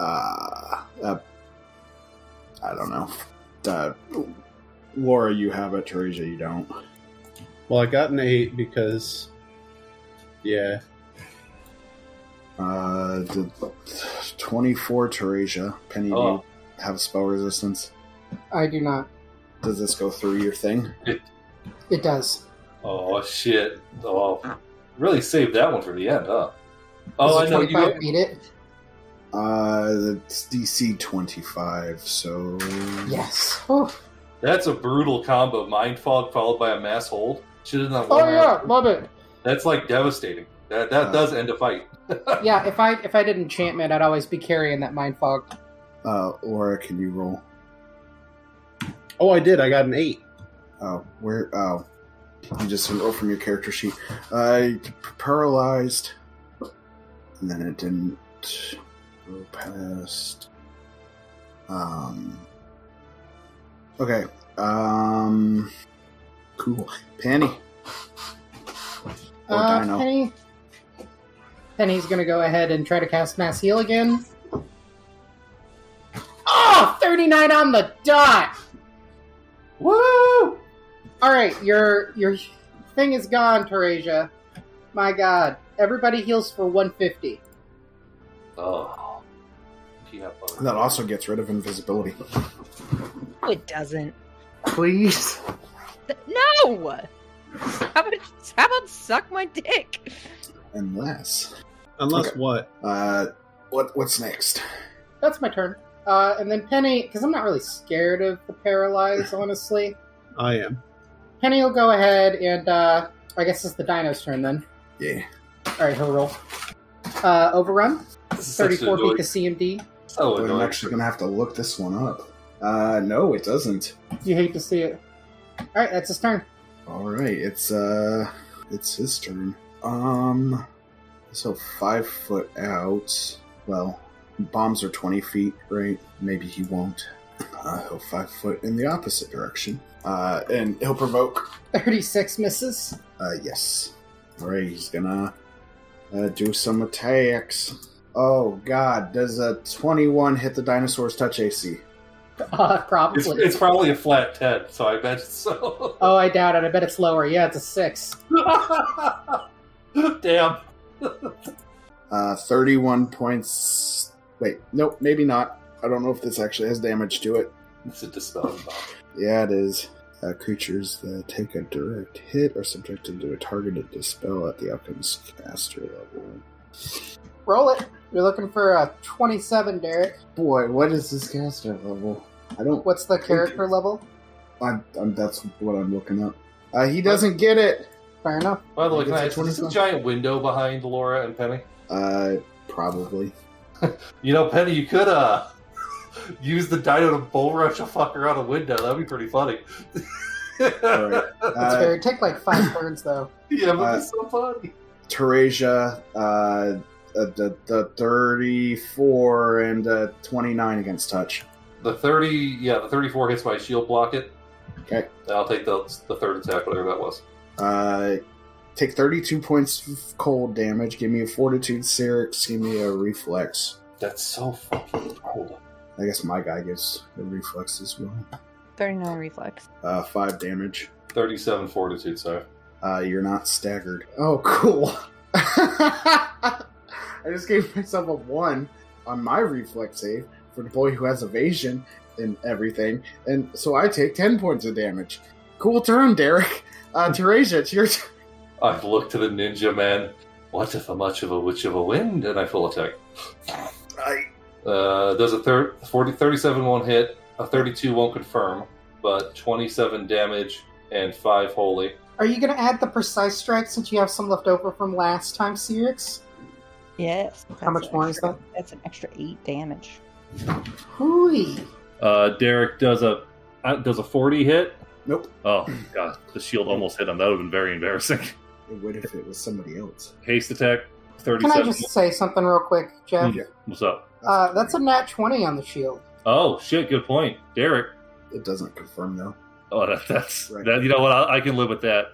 D: uh, uh I don't know. Uh, Laura, you have it. Teresia, you don't.
B: Well, I got an 8 because. Yeah.
D: Uh, the twenty-four Teresia. Penny,
E: Oh.
D: do you have spell resistance?
C: I do not.
D: Does this go through your thing?
C: It does.
E: Oh shit! Oh, really saved that one for the end, huh? Oh,
C: Does
E: I
C: a
E: know you.
C: 25 Beat it.
D: Uh, it's DC 25, so.
C: Yes. Oh,
E: That's a brutal combo. Mind fog followed by a mass hold. Should have done
C: oh yeah, love it.
E: That's like devastating. That that
D: Uh,
E: does end a fight.
C: Yeah, if I if I did enchantment, I'd always be carrying that mind fog.
D: Uh, Laura, can you roll?
B: Oh, I did. I got an 8.
D: Oh, where? Oh. You just roll from your character sheet. Uh, paralyzed. And then it didn't go past. Um. Okay. Um. Cool. Penny. Or
C: Uh,
D: Dino.
C: Penny. Penny's gonna go ahead and try to cast mass heal again. Oh, 39 on the dot.
E: Woo!
C: All right, your your thing is gone, Teresia. My God, everybody heals for 150.
E: Oh, peanut butter.
D: That also gets rid of invisibility.
F: No, it doesn't.
M: Please.
F: Th- No. How about how about suck my dick?
D: Unless.
B: Unless
D: Okay.
B: what?
D: Uh. What, what's next?
C: That's my turn. Uh, and then Penny, because I'm not really scared of the paralyze, honestly.
B: I am.
C: Penny will go ahead and uh, I guess it's the dino's turn then.
D: Yeah.
C: All right, he'll roll. Uh, overrun,
E: This is such an
C: 34 feet
E: annoying-
C: to CMD.
E: so
D: But I'm
E: annoying.
D: actually gonna have to look this one up. Uh, no, it doesn't.
C: You hate to see it. All right, that's his turn.
D: All right, it's uh, it's his turn. Um, so five foot out. Well, bombs are twenty feet, right? Maybe he won't. Uh, he'll five foot in the opposite direction. Uh, and he'll provoke.
C: 36 misses.
D: Uh, yes. All right, he's gonna uh, do some attacks. Oh God, does a twenty-one hit the dinosaur's touch AC?
C: Uh, probably.
E: It's, it's probably a flat ten, so I bet so.
C: oh, I doubt it. I bet it's lower. Yeah, it's a six. Oh.
E: Damn.
D: Uh, 31 points. Wait, nope, maybe not. I don't know if this actually has damage to it.
E: It's a dispelling bomb.
D: Yeah, it is. Uh, creatures that take a direct hit are subjected to a targeted dispel at the alchemist caster level.
C: Roll it. You're looking for a 27, Derek.
D: Boy, what is this caster level? I don't.
C: What's the character level?
D: I'm, I'm, that's what I'm looking up. Uh, he doesn't get it.
C: Fair enough.
E: By the way,
D: It's
E: can I
D: a
E: ask, is this a
D: 25.
E: giant window behind Laura and Penny?
D: Uh, probably.
E: You know, Penny, you could uh use the dino to bull rush a fucker out a window. That'd be pretty funny.
D: All right.
C: That's
D: Uh,
C: fair. Take like five turns though.
E: Yeah, but
D: Uh,
E: it's so funny.
D: Teresia, uh, the, the 34 and uh, 29 against touch.
E: The thirty, yeah, the thirty-four hits my shield block it.
D: Okay.
E: I'll take the the third attack, whatever that was.
D: Uh, take 32 points of cold damage. Give me a fortitude, Syrinx. Give me a reflex.
E: That's so fucking. Hold on.
D: I guess my guy gets a reflex as well.
F: Thirty-nine reflex.
D: Uh, five damage.
E: Thirty-seven fortitude. Sorry.
D: Uh, you're not staggered.
M: Oh, cool.
D: On
M: I just gave myself a one.
D: my reflex save,
M: for the boy who has evasion and everything, and so I take ten points of damage. Cool turn, Derek. Uh, Teresia, it's your turn.
E: I've looked to the ninja man. What if a much of a witch of a wind? And I full attack.
D: I
E: Uh, does a thir- 40, 37 won't hit, a 32 won't confirm, but 27 damage and 5 holy.
C: Are you gonna add the precise strike since you have some left over from last time, Cyrix?
F: Yes.
C: How
F: that's
C: much
F: an
C: more
F: extra-
C: is
F: That's an extra eight damage.
C: Hooey.
E: Uh, Derek does a uh, does a 40 hit.
D: Nope.
G: Oh, God. The shield almost hit him. That would have been very embarrassing.
D: It would if it was somebody else.
G: Haste attack,
C: Can I
G: 37.
C: just say something real quick, Jeff?
G: Hmm. What's up?
C: Uh, that's a nat 20 on the shield.
G: Oh, shit. Good point. Derek.
D: It doesn't confirm though.
G: Oh, that, that's
D: Right.
G: that. You know what? I, I can live with that.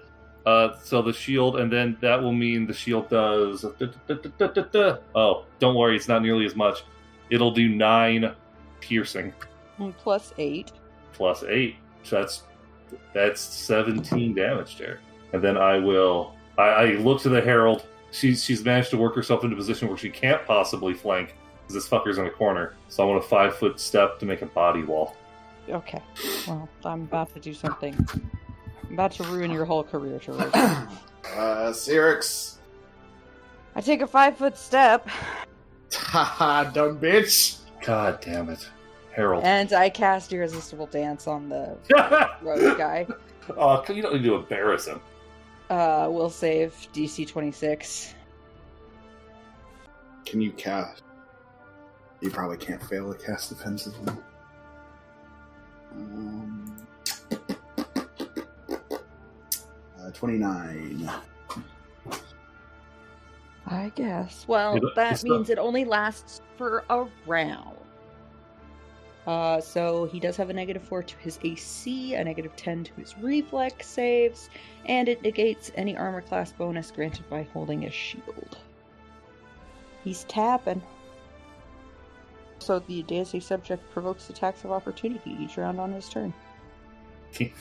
G: Uh, so the shield, and then that will mean the shield does. uh, Oh, don't worry, it's not nearly as much. It'll do nine piercing
F: Mm, Plus eight.
G: plus eight. So that's that's seventeen damage there. And then I will. I, I look to the herald. She's she's managed to work herself into a position where she can't possibly flank because this fucker's in a corner. So I want a five foot step to make a body wall.
F: Okay. Well, I'm about to do something. I'm about to ruin your whole career, Tarek.
D: Uh, Cyrix.
F: I take a five foot step
D: Haha, dumb bitch.
G: God damn it, herald.
F: and I cast Irresistible Dance on the rogue guy.
G: Uh, you don't need to embarrass him.
F: Uh, will save DC 26.
D: Can you cast? You probably can't fail to cast defensively. Um, uh, 29.
F: I guess. Well,
G: Yeah, but
F: that
G: it's not-
F: means it only lasts for a round. Uh, so he does have a negative four to his AC, a negative ten to his reflex saves, and it negates any armor class bonus granted by holding his shield. He's tapping. So the DSA subject provokes attacks of opportunity each round on his turn.
D: Okay.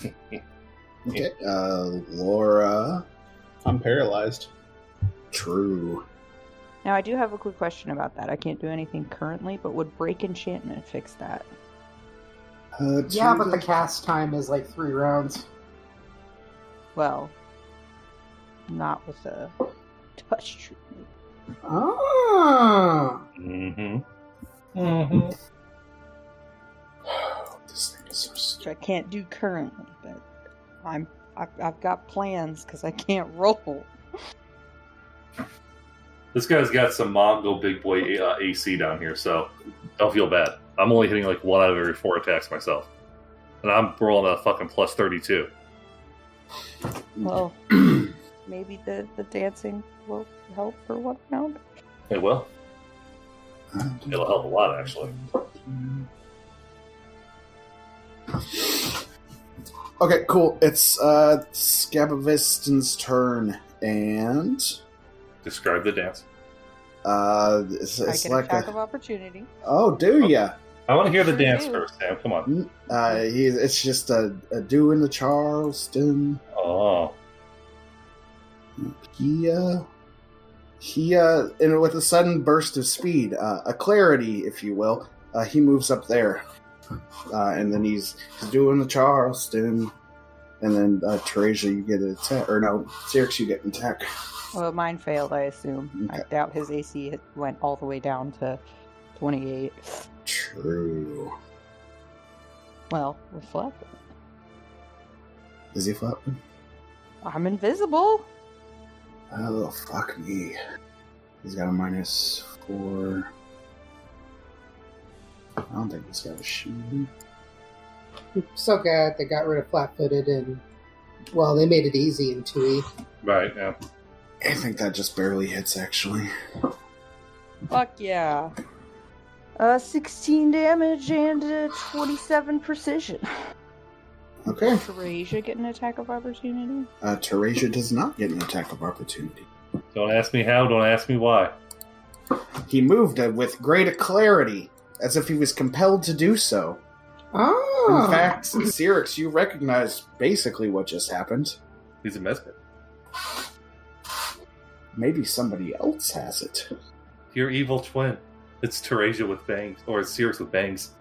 D: Uh, Laura.
B: I'm paralyzed.
D: True.
F: Now I do have a quick question about that. I can't do anything currently, but would break enchantment fix that?
D: Uh, to
C: Yeah, but the cast time is like three rounds.
F: Well, not with a touch treatment.
C: Oh.
G: Mm-hmm.
D: This thing is so stupid.
F: Which I can't do currently, but I'm I've, I've got plans because I can't roll.
G: This guy's got some Mongo big boy uh, AC down here, so don't feel bad. I'm only hitting like one out of every four attacks myself, and I'm rolling a fucking plus thirty-two.
F: Well, maybe the the dancing will help for one round.
G: It will. It'll help a lot, actually.
D: Okay, cool. It's uh Scabaviston's turn, and
G: Describe the dance.
D: uh, it's, it's
F: I get an
D: like
F: attack of
D: a,
F: opportunity.
D: oh, do ya?
G: I want to hear the
F: Sure
G: dance
F: do.
G: first, Sam. Come on.
D: Uh, he, it's just a, a do in the Charleston.
G: Oh,
D: He, uh, he, uh, and with a sudden burst of speed, uh, a clarity, if you will, uh, he moves up there. Uh, and then he's, he's doing the Charleston. And then, uh, Teresa, you get an attack. Or no, Cyrix, you get an attack.
F: Well, mine failed. I assume. I
D: Okay.
F: doubt his AC had- went all the way down to twenty eight.
D: True.
F: Well, reflect.
D: Is he flapping?
F: I'm invisible.
D: Oh, fuck me. He's got a minus four. I don't think he's got a shield.
C: So good they got rid of flat footed and, well, they made it easy in E. 2E.
G: right. Yeah.
D: I think that just barely hits, actually.
F: Fuck yeah. Uh, 16 damage and uh, 27 precision.
D: Okay.
F: Teresia get an attack of opportunity?
D: Uh, Teresia does not get an attack of opportunity.
G: Don't ask me how. Don't ask me why.
D: He moved uh, with greater clarity, as if he was compelled to do so. In
C: Oh.
D: fact, Cyrix, you recognize basically what just happened.
G: He's a mesmer.
D: Maybe somebody else has it.
G: Your evil twin. It's Teresia with bangs, or it's Cirrus with bangs.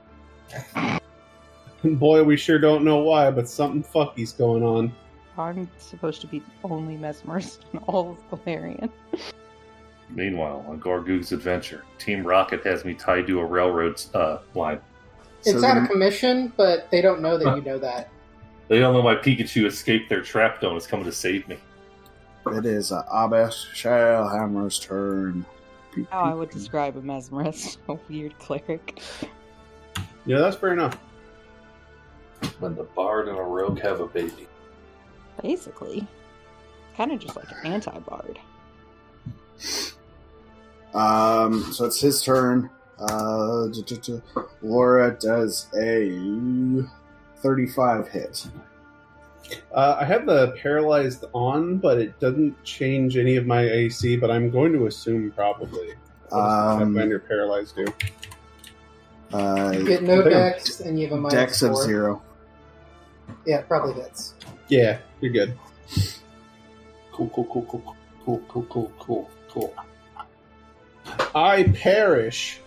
B: Boy, we sure don't know why, but something fucky's going on.
F: I'm supposed to be the only mesmerist in all of Galarian.
G: Meanwhile, on Gorgoog's adventure, Team Rocket has me tied to a railroad uh, line.
C: It's
D: So
C: out of
D: then-
C: commission, but they don't know that you know that.
G: They don't know my Pikachu escaped their trap zone. It's coming to save me.
D: It is uh, Abbas Shellhammer's turn.
F: How Oh, I would describe a mesmerist. A weird cleric.
B: Yeah, that's fair enough.
G: when the bard and a rogue have a baby.
F: Basically, kind of just like an anti-bard.
D: Um, so it's his turn. Uh, duh, duh, duh. Laura does a 35 hit.
B: Uh, I have the paralyzed on, but it doesn't change any of my AC. But I'm going to assume probably.
D: Um,
B: Pathfinder paralyzed do.
C: You
D: uh,
C: get no
B: Boom.
C: dex, and you have a minus
D: dex of
C: four.
D: zero.
C: Yeah, probably hits.
B: Yeah, you're good.
G: Cool, cool, cool, cool, cool, cool, cool, cool, cool, cool.
B: I perish.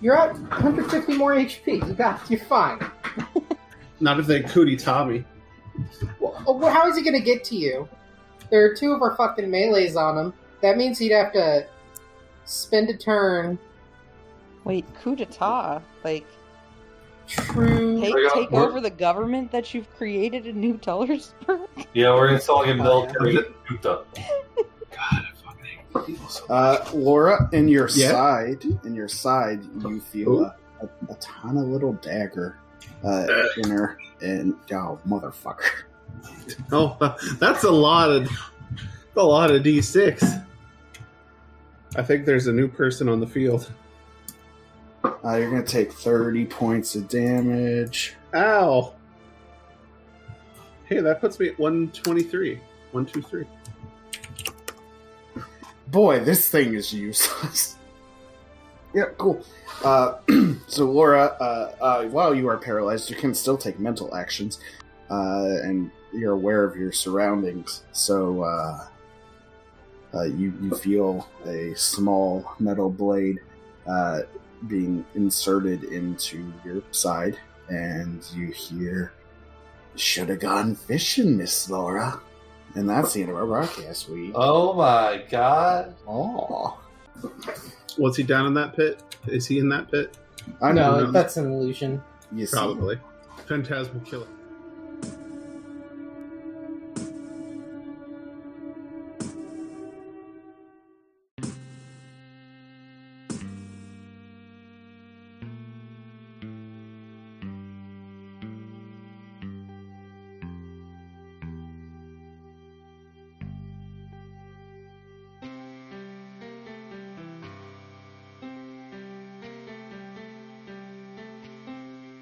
C: You're at 150 more HP. You got. You're fine.
B: Not if they cootie Tommy.
C: Well, oh, well, how is he going to get to you? There are two of our fucking melees on him. That means he'd have to spend a turn.
F: Wait, coup d'état? Like
C: True.
F: take,
G: I got-
F: take
G: we're-
F: over the government that you've created in New Tellersburg?
G: Yeah, we're installing a
C: Oh, yeah.
G: military junta.
D: Uh, Laura, in your
B: Yeah.
D: side, in your side, you feel
B: Ooh.
D: a, a, a ton of little dagger uh, in her, and oh motherfucker.
B: Oh, that's a lot of a lot of d6. I think there's a new person on the field.
D: Uh, you're gonna take 30 points of damage.
B: Ow. Hey, that puts me at 123. 123.
D: Boy, this thing is useless. yeah, cool. Uh, so, Laura, uh, uh, while you are paralyzed, you can still take mental actions, uh, and you're aware of your surroundings. So, uh, uh, you you feel a small metal blade uh, being inserted into your side, and you hear, "Should have gone fishing, Miss Laura." And that's the end of our broadcast week.
E: Uh,
G: Oh my god.
D: Oh.
B: Was he down in that pit? Is he in that pit?
D: I
C: no,
D: know.
C: that's an illusion.
D: You see.
B: Probably. Phantasmal killer.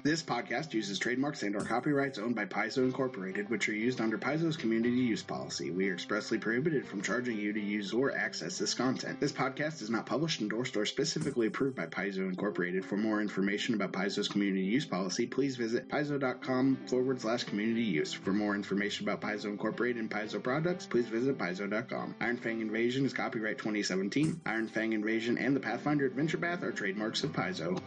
D: This podcast uses trademarks and/or copyrights owned by Paizo Incorporated, which are used under Paizo's community use policy. We are expressly prohibited from charging you to use or access this content. This podcast is not published, endorsed, or specifically approved by Paizo Incorporated. For more information about Paizo's community use policy, please visit paizo.com forward slash community use. For more information about Paizo Incorporated and Paizo products, please visit paizo.com. Iron Fang Invasion is copyright 2017. Iron Fang Invasion and the Pathfinder Adventure Path are trademarks of Paizo.